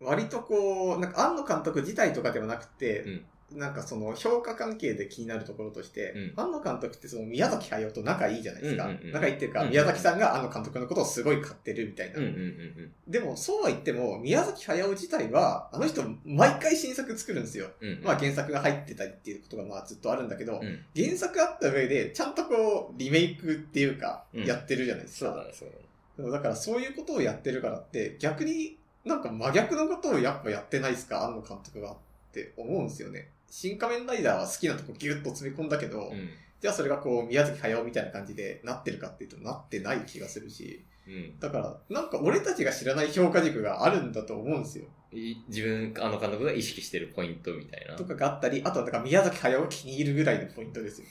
Speaker 1: 割とこう、なんか、庵野監督自体とかではなくて、なんかその評価関係で気になるところとして、
Speaker 2: う
Speaker 1: 庵野監督ってその宮崎駿と仲いいじゃないですか。
Speaker 2: うんうんうん
Speaker 1: 仲いいっていうか、
Speaker 2: うん
Speaker 1: 宮崎さんが庵野監督のことをすごい買ってるみたいな。
Speaker 2: うんうんうん
Speaker 1: でも、そうは言っても、宮崎駿自体は、あの人、毎回新作作るんですよ。
Speaker 2: うん。うん
Speaker 1: まあ原作が入ってたりっていうことがまあずっとあるんだけど、
Speaker 2: うん、
Speaker 1: 原作あった上で、ちゃんとこう、リメイクっていうか、
Speaker 2: うん
Speaker 1: やってるじゃないです
Speaker 2: そうだ
Speaker 1: か。
Speaker 2: ね、そうだね。
Speaker 1: だからそういうことをやってるからって、逆になんか真逆のことをやっぱやってないですか、庵野監督はって思うんですよね。新仮面ライダーは好きなとこギュッと詰め込んだけど、
Speaker 2: うん
Speaker 1: じゃあそれがこう、宮崎駿みたいな感じでなってるかっていうとなってない気がするし、
Speaker 2: うん
Speaker 1: だからなんか俺たちが知らない評価軸があるんだと思うんですよ。
Speaker 2: い自分、あの監督が意識してるポイントみたいな。
Speaker 1: とかがあったり、あとはだから宮崎駿を気に入るぐらいのポイントですよ。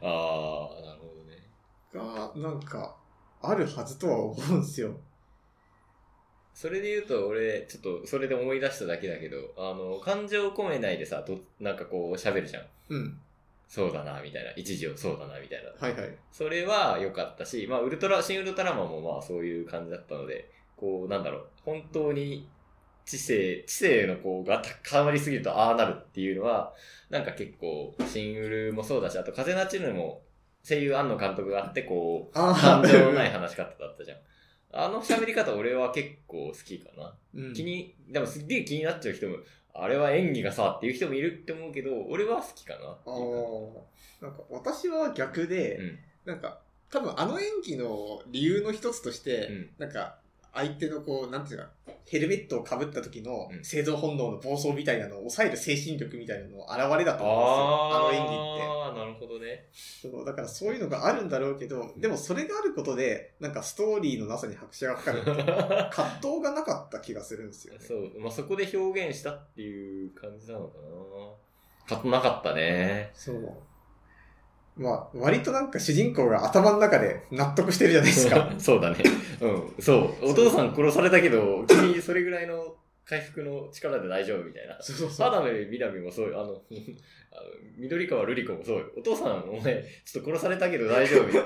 Speaker 2: ああ、なるほどね。
Speaker 1: が、なんか、あるはずとは思うんですよ。
Speaker 2: それで言うと、俺、ちょっと、それで思い出しただけだけど、あの、感情込めないでさ、となんかこう、喋るじゃん。
Speaker 1: うん。
Speaker 2: そうだな、みたいな。一時をそうだな、みたいな。
Speaker 1: はいはい。
Speaker 2: それは良かったし、まあ、ウルトラ、新ウルトラマンもまあ、そういう感じだったので、こう、なんだろう、本当に、知性、知性のこう、が高まりすぎると、ああなるっていうのは、なんか結構、新ウルもそうだし、あと、風立ちぬも、声優庵野監督があって、こう、
Speaker 1: あ
Speaker 2: 感情のない
Speaker 1: い。
Speaker 2: 話し方だったじゃん。あの喋り方俺は結構好きかな。
Speaker 1: うん
Speaker 2: 気に、でもすっげえ気になっちゃう人も、あれは演技がさっていう人もいるって思うけど、俺は好きかなって
Speaker 1: あ
Speaker 2: いう
Speaker 1: あ。なんか私は逆で、
Speaker 2: うん
Speaker 1: なんか多分あの演技の理由の一つとして、
Speaker 2: うん
Speaker 1: なんか相手のこう、なんていうか、ヘルメットをかぶった時の
Speaker 2: うん
Speaker 1: 生存本能の暴走みたいなのを抑える精神力みたいなのの表れだと思うんですよ。あ
Speaker 2: あ
Speaker 1: の演技って。
Speaker 2: あー、なるほどね。
Speaker 1: そうだからそういうのがあるんだろうけど、でもそれがあることで、なんかストーリーのなさに拍車がかかるって
Speaker 2: <laughs>
Speaker 1: いうか葛藤がなかった気がするんですよね。
Speaker 2: そう、まあ、そこで表現したっていう感じなのかな。かなかったね。
Speaker 1: そう。まあ、割となんか主人公が頭の中で納得してるじゃないです
Speaker 2: <laughs>
Speaker 1: か。
Speaker 2: そうだね。うん。そう。お父さん殺されたけど、君それぐらいの回復の力で大丈夫みたいな。
Speaker 1: そうそうそう。
Speaker 2: 田辺みなみもそうよ。あの、 <laughs> あの緑川瑠璃子もそうよ。お父さん、お前、ちょっと殺されたけど大丈
Speaker 1: <laughs>
Speaker 2: 夫よ。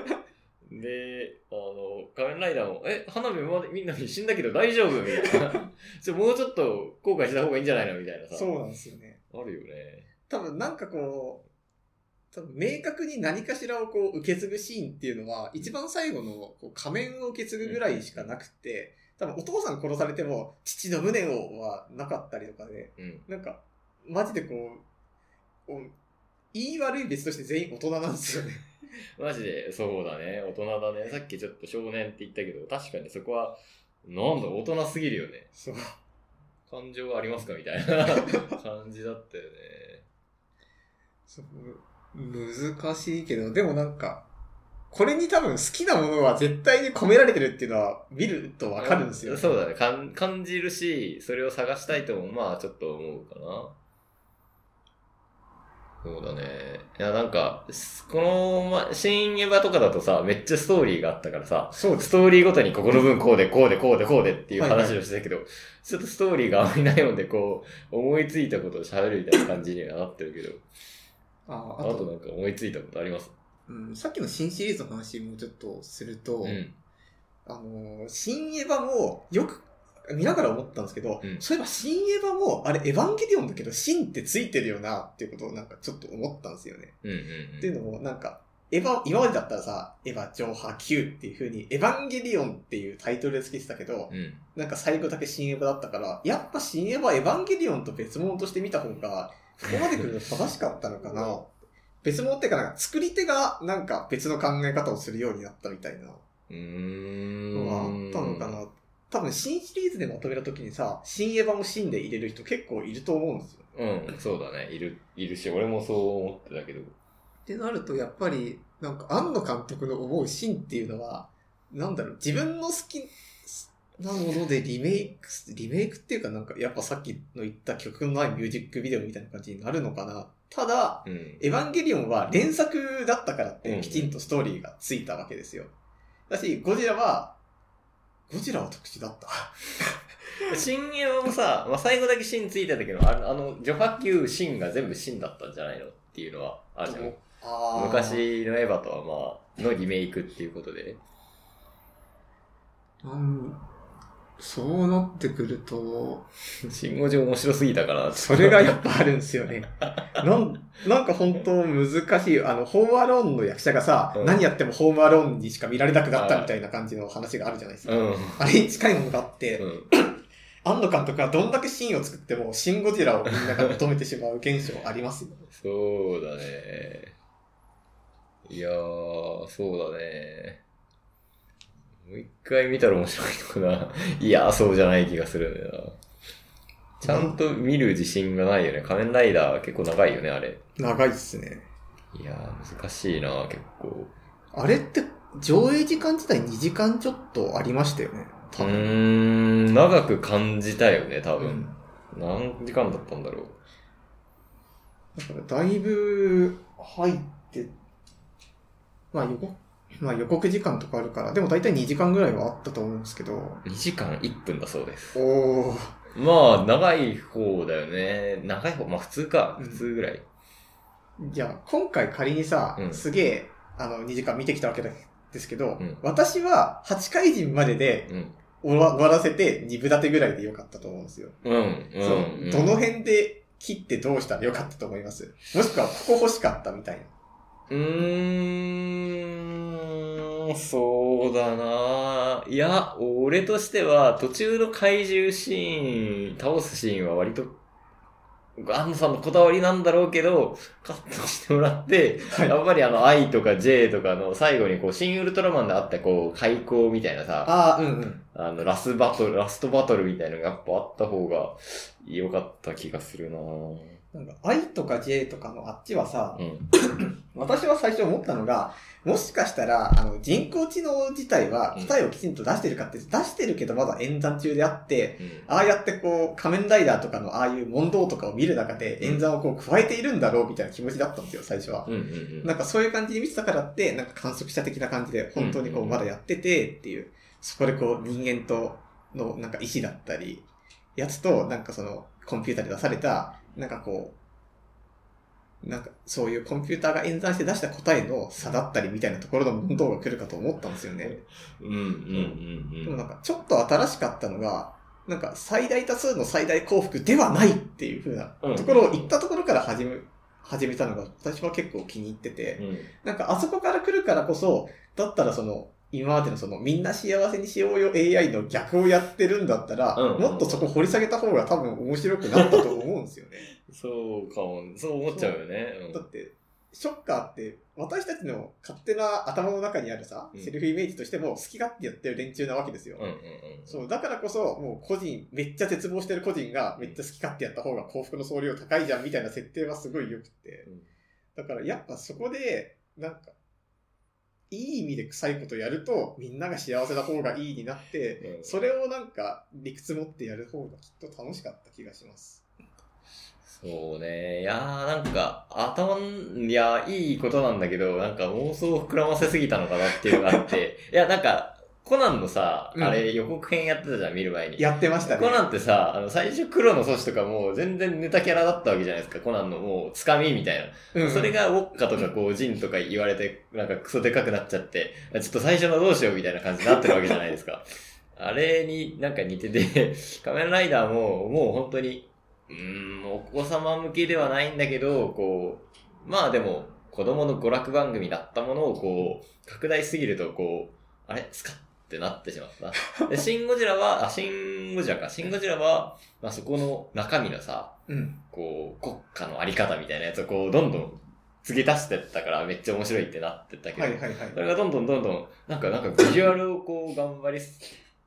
Speaker 2: で、あの、仮面ライダーも、え、花火までみんなに死んだけど大丈夫みた
Speaker 1: <laughs>
Speaker 2: いな。ちょもうちょっと後悔した方がいいんじゃないのみたいなさ。
Speaker 1: そうなんですよね。
Speaker 2: あるよね。
Speaker 1: 多分なんかこう、多分明確に何かしらをこう受け継ぐシーンっていうのは、一番最後のこう仮面を受け継ぐぐらいしかなくて、多分お父さん殺されても、父の無念をはなかったりとかで、
Speaker 2: うん。
Speaker 1: なんか、マジでこう、お言い悪い別として全員大人なんですよね。 <laughs>
Speaker 2: マジで、そうだね。大人だね。さっきちょっと少年って言ったけど、確かにそこは、なんだ、大人すぎるよね。
Speaker 1: そう。 <laughs>
Speaker 2: 感情ありますかみたいな感じだったよね。
Speaker 1: そこ難しいけど、でもなんか、これに多分好きなものは絶対に込められてるっていうのは見るとわかるんですよ、
Speaker 2: そうだね感。感じるし、それを探したいとも、まあちょっと思うかな。そうだね。いや、なんか、すこの、ま、新エヴァとかだとさ、めっちゃストーリーがあったからさ、
Speaker 1: そうです。
Speaker 2: ストーリーごとにここの分こうでこうでこうでこうでっていう
Speaker 1: はいはい
Speaker 2: 話をしてたけど、ちょっとストーリーがあまりないので、こう、思いついたことを喋るみたいな感じにはなってるけど、
Speaker 1: あ
Speaker 2: あ
Speaker 1: あ
Speaker 2: と
Speaker 1: と、
Speaker 2: なんか思いついたことあります
Speaker 1: うん、さっきの新シリーズの話もちょっとすると、
Speaker 2: うん。
Speaker 1: あのー、新エヴァもよく見ながら思ったんですけど、
Speaker 2: うん
Speaker 1: そういえば新エヴァも、あれエヴァンゲリオンだけど、新ってついてるよなっていうことをなんかちょっと思ったんですよね。
Speaker 2: うんうんうん。
Speaker 1: っていうのも、なんか、エヴァ、今までだったらさ、エヴァ上波9っていう風に、エヴァンゲリオンっていうタイトルでつけてたけど、
Speaker 2: うん。
Speaker 1: なんか最後だけ新エヴァだったから、やっぱ新エヴァ、エヴァンゲリオンと別物として見た方が、ここまで来るの正しかったのかな別物っていうか、なんか作り手がなんか別の考え方をするようになったみたいな
Speaker 2: うー
Speaker 1: の
Speaker 2: ん。
Speaker 1: があったのかな。多分新シリーズでまとめた時にさ、新エヴァも新で入れる人結構いると思うんですよ。
Speaker 2: うん、そうだね。いる、いるし、俺もそう思ってたけど。
Speaker 1: ってなると、やっぱり、なんか、庵野監督の思うシーンっていうのは、なんだろう、自分の好きなものでリメイクす、リメイクっていうか、なんか、やっぱさっきの言った曲のないミュージックビデオみたいな感じになるのかな。ただ、
Speaker 2: うん。
Speaker 1: エヴァンゲリオンは連作だったからっ
Speaker 2: うんう
Speaker 1: て
Speaker 2: ん
Speaker 1: きちんとストーリーがついたわけですよ。だし、ゴジラは、ゴジラは特殊だった。
Speaker 2: 新エヴァもさ、まあ、最後だけシーンついてたけど、あの、あの、ジョハ級シーンが全部シーンだったんじゃないのっていうのはあるじゃん。
Speaker 1: あー
Speaker 2: 昔のエヴァとはまあ、のリメイクっていうことで。
Speaker 1: なんそうなってくると、
Speaker 2: <laughs> シン・ゴジ面白すぎたから。
Speaker 1: それがやっぱあるんですよ <laughs> ね。なんなんか本当難しい。あの、ホームアローンの役者がさ、
Speaker 2: うん
Speaker 1: 何やってもホームアローンにしか見られなくなったみたいな感じの話があるじゃないです
Speaker 2: う
Speaker 1: か。
Speaker 2: ん。
Speaker 1: あれに近いものがあって、
Speaker 2: うん。
Speaker 1: 庵野監督はどんだけシーンを作っても、シン・ゴジラをみんなが求めてしまう現象ありますよ。
Speaker 2: そうだね。いやー、そうだね。もう一回見たら面白いのかな。 <laughs> いやー、そうじゃない気がするんだよな。ちゃんと見る自信がないよね。仮面ライダー結構長いよね、あれ。
Speaker 1: 長いっすね。
Speaker 2: いやー、難しいな、結構。
Speaker 1: あれって、上映時間自体2時間ちょっとありましたよね。
Speaker 2: う
Speaker 1: 多
Speaker 2: ー
Speaker 1: 分。
Speaker 2: ん、長く感じたよね、多
Speaker 1: う
Speaker 2: 分
Speaker 1: ん。
Speaker 2: 何時間だったんだろう。
Speaker 1: だからだいぶ入って、まあ予告、まあ予告時間とかあるから、でも大体2時間ぐらいはあったと思うんですけど、
Speaker 2: 2時間1分だそうです。
Speaker 1: おおー、
Speaker 2: まあ、長い方だよね。長い方、まあ普通か。
Speaker 1: うん
Speaker 2: 普通ぐらい。
Speaker 1: じゃあ今回仮にさ、
Speaker 2: うん
Speaker 1: すげえ、あの、2時間見てきたわけですけど、
Speaker 2: うん
Speaker 1: 私は8回人までで
Speaker 2: うん。
Speaker 1: 終わ終わらせて2部立てぐらいでよかったと思うんですよ。
Speaker 2: うん、う。
Speaker 1: そうん
Speaker 2: うん
Speaker 1: どの辺で切ってどうしたらよかったと思いますもしくはここ欲しかったみたいな。
Speaker 2: うーん、そうだないや、俺としては、途中の怪獣シーン、倒すシーンは割と、アンさんのこだわりなんだろうけど、カットしてもらって、
Speaker 1: はい
Speaker 2: やっぱりあの、I とか J とかの最後にこう、新ウルトラマンであったこう、開口みたいなさ、
Speaker 1: ああ、うんうん。
Speaker 2: あの、ラスバトル、ラストバトルみたいなのがやっぱあった方が良かった気がするな
Speaker 1: なんか I とか J とかのあっちはさ、
Speaker 2: うん。
Speaker 1: 私は最初思ったのが、もしかしたら、あの、人工知能自体は
Speaker 2: うん
Speaker 1: 答えをきちんと出してるかって、出してるけどまだ演算中であって、
Speaker 2: うん
Speaker 1: ああやってこう、仮面ライダーとかのああいう問答とかを見る中で
Speaker 2: うん
Speaker 1: 演算をこう加えているんだろうみたいな気持ちだったんですよ、最初は。
Speaker 2: うんうん
Speaker 1: なんかそういう感じで見てたからって、なんか観測者的な感じで、本当にこ
Speaker 2: う
Speaker 1: うんまだやっててっていう、そこでこう人間とのなんか意思だったり、やつとなんかそのコンピューターで出された、なんかこう、なんかそういうコンピューターが演算して出した答えの差だったりみたいなところの問答が来るかと思ったんですよね。
Speaker 2: うん。うんうんうん
Speaker 1: で
Speaker 2: う
Speaker 1: も
Speaker 2: ん
Speaker 1: な。んかちょっと新しかったのが、なんか最大多数の最大幸福ではないっていう風なところを言ったところから始め、始めたのが私は結構気に入ってて、
Speaker 2: うん
Speaker 1: なんかあそこから来るからこそ、だったらその、今までのその、みんな幸せにしようよ AI の逆をやってるんだったら、
Speaker 2: うん
Speaker 1: もっとそこ掘り下げた方が多分面白くなったと思うんですよね。 <laughs>
Speaker 2: そうかも、そう思っちゃうよね。うん
Speaker 1: だって、ショッカーって、私たちの勝手な頭の中にあるさ
Speaker 2: う、ん
Speaker 1: セルフイメージとしても好き勝手やってる連中なわけですよ。
Speaker 2: うんうんうん。
Speaker 1: そう、だからこそ、もう個人、めっちゃ絶望してる個人がめっちゃ好き勝手やった方が幸福の総量高いじゃんみたいな設定はすごい良くて。だからやっぱそこで、なんか、いい意味で臭いことやると、みんなが幸せな方がいいになって、
Speaker 2: うん
Speaker 1: それをなんか理屈持ってやる方がきっと楽しかった気がします。
Speaker 2: そうね。いやー、なんか、頭ん、いやー、いいことなんだけど、なんか妄想を膨らませすぎたのかなっていうのがあ
Speaker 1: <laughs>
Speaker 2: って、いや、なんか、コナンのさ、
Speaker 1: うん
Speaker 2: あれ予告編やってたじゃん、見る前に。
Speaker 1: やってましたね
Speaker 2: コ。ナンってさ、あの、最初黒の阻止とかもう全然ネタキャラだったわけじゃないですか、コナンのもう、つかみみたいな。
Speaker 1: うん
Speaker 2: それ、がウォッカとかこう、ジンとか言われて、なんかクソでかくなっちゃって、ちょっと最初のどうしようみたいな感じになってるわけじゃないですか。 <laughs> あれになんか似てて、 <laughs> 仮面ライダーももう本当に、うーん、お子様向けではないんだけど、こう、まあでも、子供の娯楽番組だったものをこう、拡大しすぎるとこう、あれスカッってなってしまった。で、シンゴジラは、あ、シンゴジラか。シンゴジラは、まあそこの中身のさ、
Speaker 1: うん。
Speaker 2: こう、国家のあり方みたいなやつをこう、どんどん継ぎ足してったから、めっちゃ面白いってなってったけど、
Speaker 1: はいはいはい。
Speaker 2: それがどんどんどんどん、なんか、なんかビジュアルをこう、頑張りし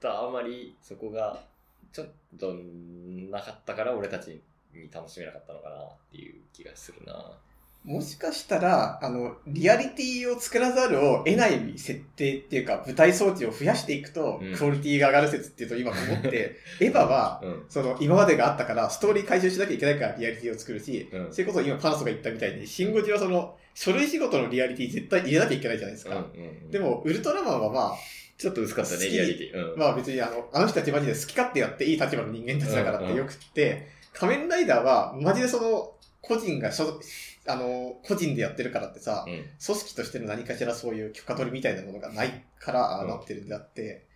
Speaker 2: たあまり、そこが、ちょっと、なかったから、俺たちに楽しめなかったのかな、っていう気がするな。
Speaker 1: もしかしたら、あの、リアリティを作らざるを得ない設定っていうか、舞台装置を増やしていくと、
Speaker 2: うん
Speaker 1: クオリティが上がる説っていうと今思
Speaker 2: <laughs>
Speaker 1: って、エヴァは、
Speaker 2: うん。
Speaker 1: その、今までがあったから、ストーリー回収しなきゃいけないからリアリティを作るし、
Speaker 2: うん。
Speaker 1: それこそ今パナソが言ったみたいに、シンゴジはその、書類仕事のリアリティ絶対入れなきゃいけないじゃないですか。
Speaker 2: うんうん
Speaker 1: で、も、ウルトラマンはまあ、
Speaker 2: ちょっと薄かったね、
Speaker 1: 好き
Speaker 2: リアリティ。うん。
Speaker 1: まあ別にあの、あの人たちマジで好き勝手やっていい立場の人間たちだからっ
Speaker 2: うんう
Speaker 1: て
Speaker 2: ん
Speaker 1: よくって、仮面ライダーはマジでその、個人が所属、あの、個人でやってるからってさ、
Speaker 2: うん。
Speaker 1: 組織としての何かしらそういう許可取りみたいなものがないから、ああ
Speaker 2: うん
Speaker 1: なってるんであって、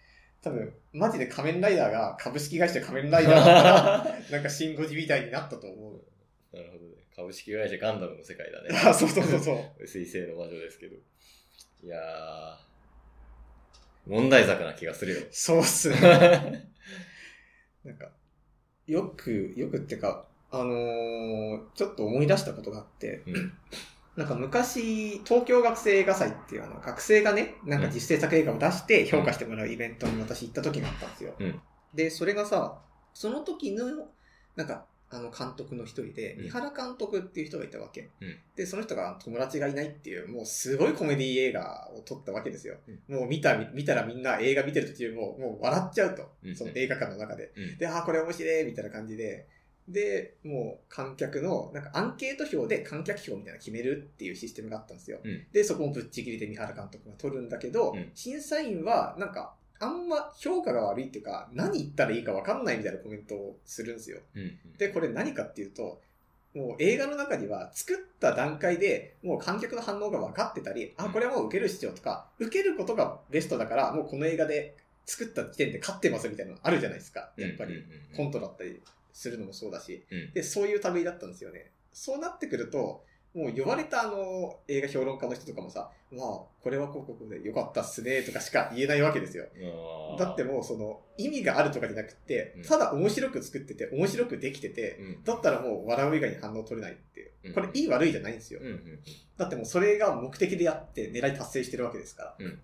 Speaker 1: 多分、マジで仮面ライダーが株式会社仮面ライダーだ
Speaker 2: <laughs>
Speaker 1: から、なんかシンゴジみたいになったと思う。
Speaker 2: なるほどね。株式会社ガンダムの世界だね。
Speaker 1: <laughs> あ、そうそうそうそう。
Speaker 2: 水星の魔女ですけど。いやー、問題作な気が
Speaker 1: <laughs>
Speaker 2: するよ。
Speaker 1: そうっすね。なんか、よく、よくってか、あのーちょっと思い出したことがあって、
Speaker 2: うん
Speaker 1: なんか昔、東京学生映画祭っていうあの、学生がね、なんか自主制作映画を出して評価してもらうイベントに私行った時があったんですよ。
Speaker 2: うん
Speaker 1: で、それがさ、その時の、なんか、あの、監督の一人で、
Speaker 2: うん
Speaker 1: 三原監督っていう人がいたわけ。
Speaker 2: うん
Speaker 1: で、その人が友達がいないっていう、もうすごいコメディ映画を撮ったわけですよ。もう見た、見たらみんな映画見てる途中もう、もう笑っちゃうと
Speaker 2: うんう。ん
Speaker 1: その映画館の中で。
Speaker 2: うん
Speaker 1: で、ああ、これ面白いみたいな感じで。で、もう観客の、なんかアンケート票で観客票みたいなの決めるっていうシステムがあったんですよ。
Speaker 2: うん
Speaker 1: で、そこもぶっちぎりで三原監督が取るんだけど、
Speaker 2: うん
Speaker 1: 審査員は、なんか、あんま評価が悪いっていうか、何言ったらいいかわかんないみたいなコメントをするんですよ。
Speaker 2: うん
Speaker 1: で、これ何かっていうと、もう映画の中には作った段階でもう観客の反応が分かってたり、あ、これはもう受ける必要とか、受けることがベストだから、もうこの映画で作った時点で勝ってますみたいなのあるじゃないですか。やっぱ
Speaker 2: う
Speaker 1: り
Speaker 2: ん。うんうん
Speaker 1: コントだったりするのもそうだし。
Speaker 2: うん
Speaker 1: で、そういう類だったんですよね。そうなってくると、もう呼ばれたあの映画評論家の人とかもさ、まあ、これはこうこうこうでよかったっすねとかしか言えないわけですよ。
Speaker 2: あー
Speaker 1: だってもうその意味があるとかじゃなくって
Speaker 2: うん、
Speaker 1: ただ面白く作ってて、面白くできてて、
Speaker 2: うん
Speaker 1: だったらもう笑う以外に反応取れないっていうう。
Speaker 2: ん
Speaker 1: これいい悪いじゃないんですよ
Speaker 2: うん。うんうん
Speaker 1: だってもうそれが目的でやって狙い達成してるわけですから。
Speaker 2: うんうん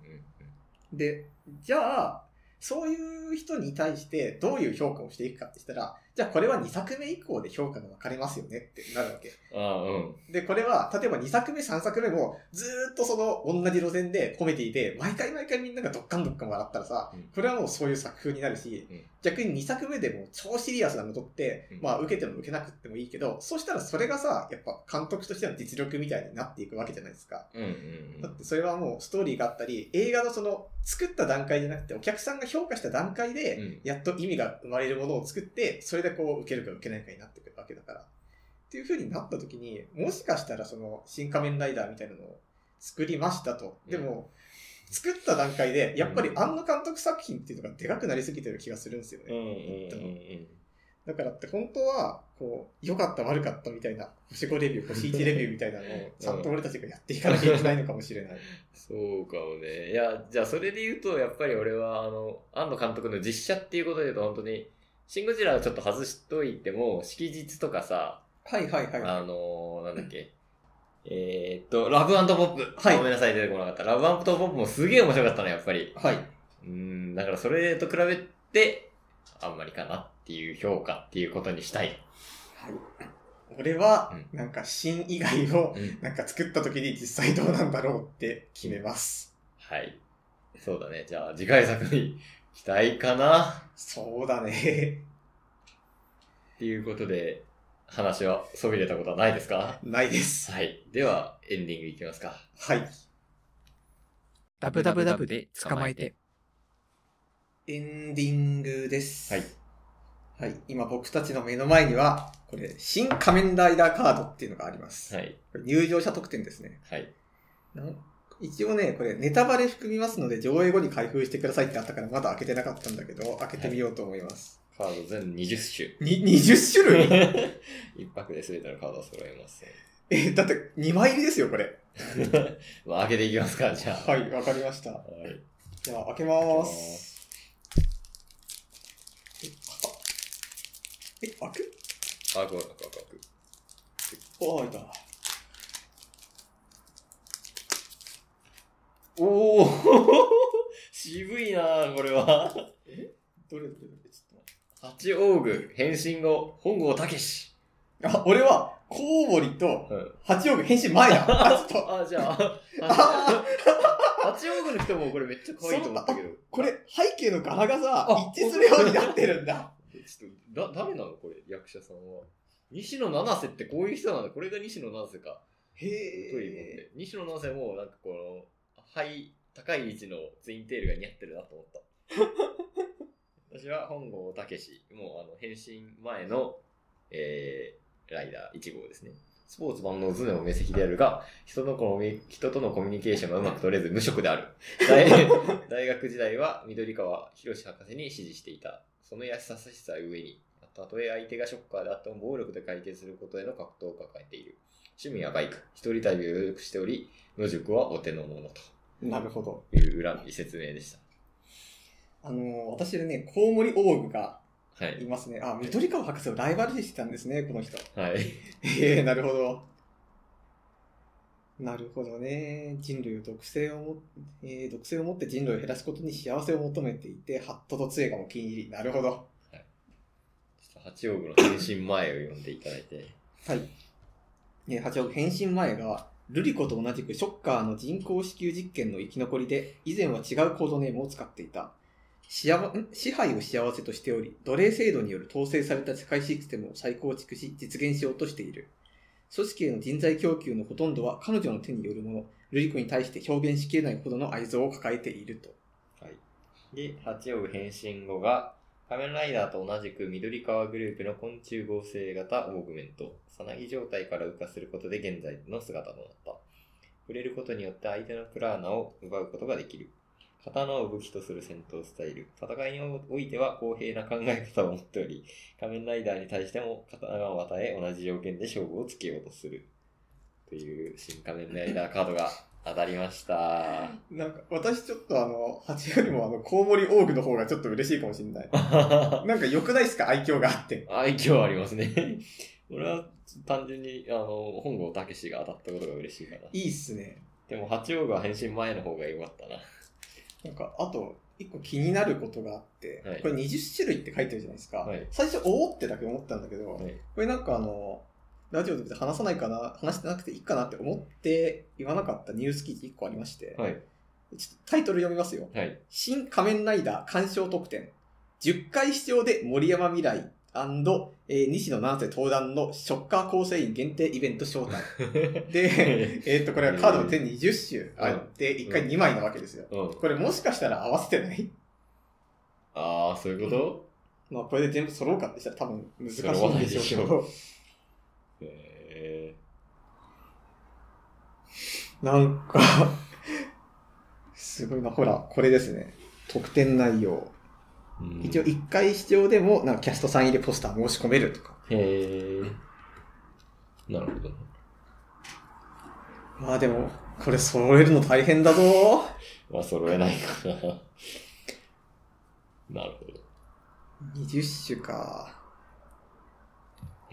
Speaker 1: で、じゃあ、そういう人に対してどういう評価をしていくかってしたら、じゃあこれは2作目以降で評価が分かれますよねってなるわけ。
Speaker 2: あーうん
Speaker 1: で、これは、例えば2作目、3作目も、ずーっとその同じ路線でコメディで、毎回毎回みんながドッカンドッカン笑ったらさ、
Speaker 2: うん
Speaker 1: これはもうそういう作風になるし、
Speaker 2: うん
Speaker 1: 逆に2作目でも超シリアスなのとって、
Speaker 2: うん
Speaker 1: まあ受けても受けなくってもいいけど、そしたらそれがさ、やっぱ監督としての実力みたいになっていくわけじゃないですか。
Speaker 2: うんうんうん
Speaker 1: だってそれはもうストーリーがあったり、映画のその作った段階じゃなくて、お客さんが評価した段階で、
Speaker 2: うん
Speaker 1: やっと意味が生まれるものを作って、それでこう受けるか受けないかになってくるわけだから。っていう風になった時に、もしかしたらその新仮面ライダーみたいなのを作りましたと。でも、作った段階で、やっぱりあの監督作品っていうのがでかくなりすぎてる気がするんですよ
Speaker 2: うん
Speaker 1: ね。
Speaker 2: うんうん
Speaker 1: だからって本当は、こう、良かった悪かったみたいな、星5レビュー、星1レビューみたいなのを、ちゃんと俺たちがやっていかなきゃいけないのかもしれない。
Speaker 2: そうかもね。いや、じゃあそれで言うと、やっぱり俺は、あの、庵野監督の実写っていうことで言うと、本当に、シン・ゴジラはちょっと外しといても、色実とかさ、
Speaker 1: はいはいはい。
Speaker 2: あのー、なんだっけ、えーっと、ラブポップ。
Speaker 1: はい
Speaker 2: ごめんなさい、出てこなかった。ラブポップもすげえ面白かったの、やっぱり。
Speaker 1: はい。
Speaker 2: うん、だからそれと比べて、あんまりかなっていう評価っていうことにしたい。
Speaker 1: はい。俺は
Speaker 2: うん、
Speaker 1: なんか、芯以外を、
Speaker 2: うん
Speaker 1: なんか作った時に実際どうなんだろうって決めます。
Speaker 2: はい。そうだね。じゃあ、次回作に期待かな
Speaker 1: そうだね。
Speaker 2: っていうことで、話はそびれたことはないですか
Speaker 1: ないです。
Speaker 2: はい。では、エンディングいきますか。
Speaker 1: はい。
Speaker 3: ダブダブダブで捕まえて。
Speaker 1: エンディングです。
Speaker 2: はい。
Speaker 1: はい。今僕たちの目の前には、これ、新仮面ライダーカードっていうのがあります。
Speaker 2: はい。
Speaker 1: これ入場者特典ですね。
Speaker 2: はい。
Speaker 1: なん一応ね、これネタバレ含みますので、上映後に開封してくださいってあったから、まだ開けてなかったんだけど、開けてみようと思います。
Speaker 2: カード全20
Speaker 1: に、20種 <laughs> 類
Speaker 2: 種。一泊で全てのカードを揃えます。
Speaker 1: え、だって2枚入りですよ、これ。
Speaker 2: <laughs> まあ、開けていきますか、じゃあ。
Speaker 1: はい、わかりました。
Speaker 2: はい。
Speaker 1: じゃあ、開けま。
Speaker 2: 開けます
Speaker 1: え、あえ開く
Speaker 2: あ、こう、こう、こう。
Speaker 1: おー、開いた。おー、
Speaker 2: 渋いなあこれは。
Speaker 1: どれどれどれちょっ
Speaker 2: 八王宮、変身後、本郷武史。
Speaker 1: と待って。あ、俺は、コウモリと
Speaker 2: うん。
Speaker 1: 八王子変身前 <laughs> だ。あ、ちょっと。
Speaker 2: あ、じゃあ、
Speaker 1: あー
Speaker 2: 八王宮の人もこれめっちゃ可愛いと思ったけど。
Speaker 1: これ、背景の柄がさ
Speaker 2: あ、
Speaker 1: 一致するようになってるんだ。
Speaker 2: ちょっと、だ、誰なのこれ、役者さんは。西野七瀬ってこういう人なんだ。これが西野七瀬か。
Speaker 1: へ
Speaker 2: 太いもん
Speaker 1: え。
Speaker 2: で。西野七瀬も、なんかこの、はい、高い位置のツインテールが似合ってるなと思った。私は本郷武史、もうあの、変身前の、えー、ライダー1号ですね。スポーツ万能頭脳明晰であるが、人のコミュニ人とのコミュニケーションがうまく取れず無職である。大大学時代は緑川博士博士に支持していた。その優しささえ上に、たとえ相手がショッカーであっても暴力で解決することへの格闘を抱えている。趣味はバイク、一人旅を予約しており、野宿はお手の物
Speaker 1: なるほど。
Speaker 2: という恨み説明でし
Speaker 1: あのー、私でね、コウモリオウグが
Speaker 2: た。はいい。
Speaker 1: ますね。あ、緑川博士をライバル視してたんですね、この人。 <laughs>
Speaker 2: はい。
Speaker 1: へえ、なるほど。なるほどね。人類を独性をも、えー、独性を持って人類を減らすことに幸せを求めていて、ハットと杖がお気に入り。なるほど。
Speaker 2: ちょっと八王子の変身前を読んでいただいて。
Speaker 1: はい。えー、八王子変身前が、ルリコと同じくショッカーの人工子宮実験の生き残りで、以前は違うコードネームを使っていた。幸ん支配を幸せとしており、奴隷制度による統制された世界システムを再構築し、実現しようとしている。組織への人材供給のほとんどは彼女の手によるもの、ルリコに対して表現しきれないほどの愛憎を抱えていると。
Speaker 2: はい。で、八王子変身後が、仮面ライダーと同じく緑川グループの昆虫合成型オーグメント、さなぎ状態から羽化することで現在の姿となった。触れることによって相手のプラーナを奪うことができる。刀を武器とする戦闘スタイル。戦いにおいては公平な考え方を持っており、仮面ライダーに対しても刀を与え同じ条件で勝負をつけようとする。という新仮面ライダーカードが当たりました。
Speaker 1: なんか、私ちょっとあの、蜂よりもあの、コウモリオーグの方がちょっと嬉しいかもしれない。なんか良くないですか愛嬌があって。
Speaker 2: 愛嬌ありますね。 <laughs> 俺は単純に、あの、本郷武史が当たったことが嬉しいかな。
Speaker 1: いいっすね。
Speaker 2: でも、八王子は変身前の方が良かったな。
Speaker 1: なんか、あと、一個気になることがあって、
Speaker 2: はい
Speaker 1: これ20種類って書いてるじゃないですか。
Speaker 2: はい
Speaker 1: 最初、おおってだけ思ったんだけど、
Speaker 2: はい
Speaker 1: これなんかあの、ラジオで別に話さないかな、話してなくていいかなって思って言わなかったニュース記事1個ありまして、
Speaker 2: はい。
Speaker 1: ちょっとタイトル読みますよ。
Speaker 2: はい。 <laughs>
Speaker 1: 新仮面ライダー鑑賞特典。10回視聴で森山未来えー西野七瀬登壇のショッカー構成員限定イベント招待。
Speaker 2: <laughs>
Speaker 1: で、えーっと、これはカード全20種あって、1回2枚なわけですよ。
Speaker 2: うん。
Speaker 1: これもしかしたら合わせてない
Speaker 2: ああ、そういうこ
Speaker 1: まあ、これで全部揃うかってしたら多分難しい
Speaker 2: 揃わ
Speaker 1: ん
Speaker 2: ない
Speaker 1: で
Speaker 2: で
Speaker 1: し
Speaker 2: し
Speaker 1: ょ
Speaker 2: ょ
Speaker 1: う
Speaker 2: う
Speaker 1: けど。
Speaker 2: とへ
Speaker 1: なんか、すごいな。ほら、これですね。特典内容。
Speaker 2: ーうん
Speaker 1: 一応、1回視聴でも、なんかキャストさん入れポスター申し込めるとか。
Speaker 2: へえ。なるほど。
Speaker 1: まあでも、これ揃えるの大変だぞ。
Speaker 2: まあ、揃えないかな。 <laughs> なるほど。
Speaker 1: 20種か。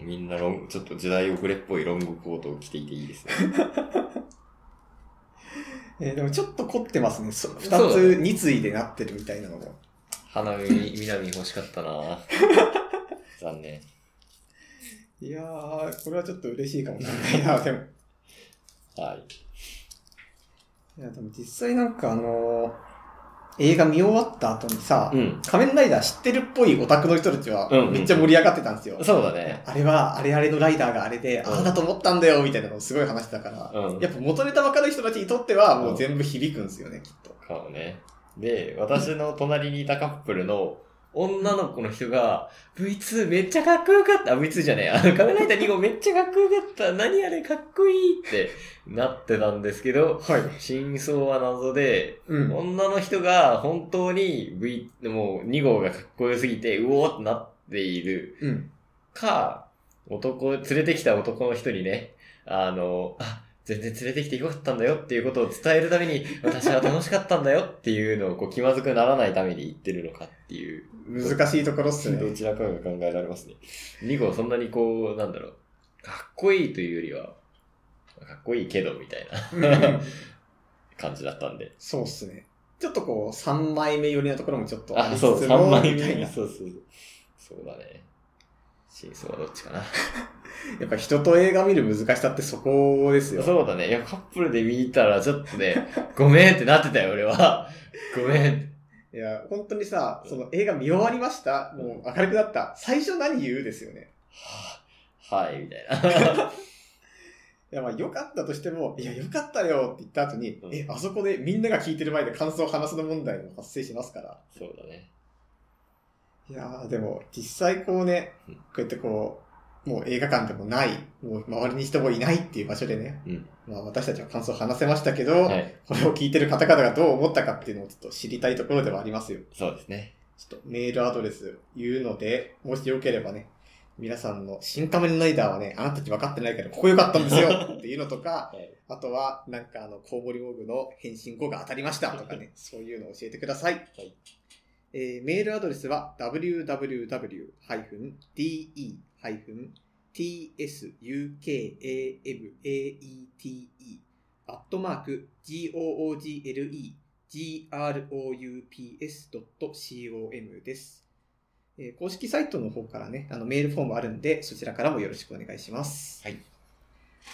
Speaker 2: みんなロン、ちょっと時代遅れっぽいロングコートを着ていていいですね。
Speaker 1: えーでもちょっと凝ってますね。そ2
Speaker 2: そうだね
Speaker 1: つ、2対でなってるみたいなのも。
Speaker 2: <laughs> 花見、南欲しかったな。残念。
Speaker 1: いやー、これはちょっと嬉しいかもしれないな、でも。
Speaker 2: はい。
Speaker 1: いや、でも実際なんかあのー映画見終わった後にさ、
Speaker 2: うん。
Speaker 1: 仮面ライダー知ってるっぽいオタクの人たちは
Speaker 2: うんうん
Speaker 1: めっちゃ盛り上がってたんですよ。
Speaker 2: そうだね。
Speaker 1: あれは、あれあれのライダーがあれで、
Speaker 2: うん
Speaker 1: ああだと思ったんだよ、みたいなのをすごい話してたから、
Speaker 2: うん。
Speaker 1: やっぱ元ネタ分かる人たちにとってはもう全部響くんですよね、きっと。
Speaker 2: かもね。で、私の隣にいたカップルの女の子の人が、V2 めっちゃかっこよかった。あ V2 じゃねえ。あ <laughs> の、カメライダー2号めっちゃかっこよかった。何あれかっこいいってなってたんですけど、
Speaker 1: はい。
Speaker 2: 真相は謎で、
Speaker 1: うん。
Speaker 2: 女の人が本当に V、もう2号がかっこよすぎて、うおーってなっている
Speaker 1: うん。
Speaker 2: か、男、連れてきた男の人にね、あの、あ、全然連れてきてよかったんだよっていうことを伝えるために、私は楽しかったんだよっていうのをこう気まずくならないために言ってるのかっていう、
Speaker 1: 難しいところっす
Speaker 2: ど
Speaker 1: ね。
Speaker 2: ちらかが考えられますね。2号そんなにこう、なんだろう、かっこいいというよりは、かっこいいけどみたいな
Speaker 1: うんうん
Speaker 2: 感じだったんで。
Speaker 1: そうっすね。ちょっとこう、3枚目寄りなところもちょっと
Speaker 2: あ、
Speaker 1: りつつ
Speaker 2: そ
Speaker 1: も
Speaker 2: う、3枚
Speaker 1: みたいな。や
Speaker 2: そうそうそう。そうだね。真相はどっちかな。
Speaker 1: っぱ人と映画見る難しさってそこですよ。
Speaker 2: そうだね。いや、カップルで見たら、ちょっとね、 <laughs> ごめんってなってたよ、俺は。 <laughs> ごめん。
Speaker 1: いや、本当にさ、その映画見終わりました。もう明るくなった。最初何言うですよね。
Speaker 2: はあはい、みたいな。 <laughs>
Speaker 1: いや、まあ良かったとしても、いや、良かったよって言った後に、
Speaker 2: うん
Speaker 1: え、あそこでみんなが聞いてる前で感想を話すの問題も発生しますから。
Speaker 2: そうだね。
Speaker 1: いやーでも、実際こうね
Speaker 2: うん、
Speaker 1: こうやってこう、もう映画館でもない、もう周りに人もいないっていう場所でね、
Speaker 2: うん
Speaker 1: まあ私たちは感想を話せましたけど、
Speaker 2: はい。
Speaker 1: これを聞いてる方々がどう思ったかっていうのをちょっと知りたいところではありますよ。
Speaker 2: そうですね。
Speaker 1: ちょっとメールアドレス言うので、もしよければね、皆さんの新仮面ライダーはね、あなたたち分かってないけど、ここ良かったんですよっていうのとか、
Speaker 2: はい
Speaker 1: あとは、なんかあの、コウモリモグの変身後が当たりましたとかね、そういうのを教えてください。
Speaker 2: はい
Speaker 1: えーメールアドレスは www-de-tsukamate アットマーク google.groups.com です。えー公式サイトの方からね、あのメールフォームあるんで、そちらからもよろしくお願いします。
Speaker 2: はい。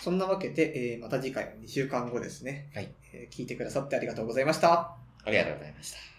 Speaker 1: そんなわけで、えーまた次回は2週間後ですね。
Speaker 2: はい。
Speaker 1: えー聞いてくださってありがとうございました。
Speaker 2: ありがとうございました。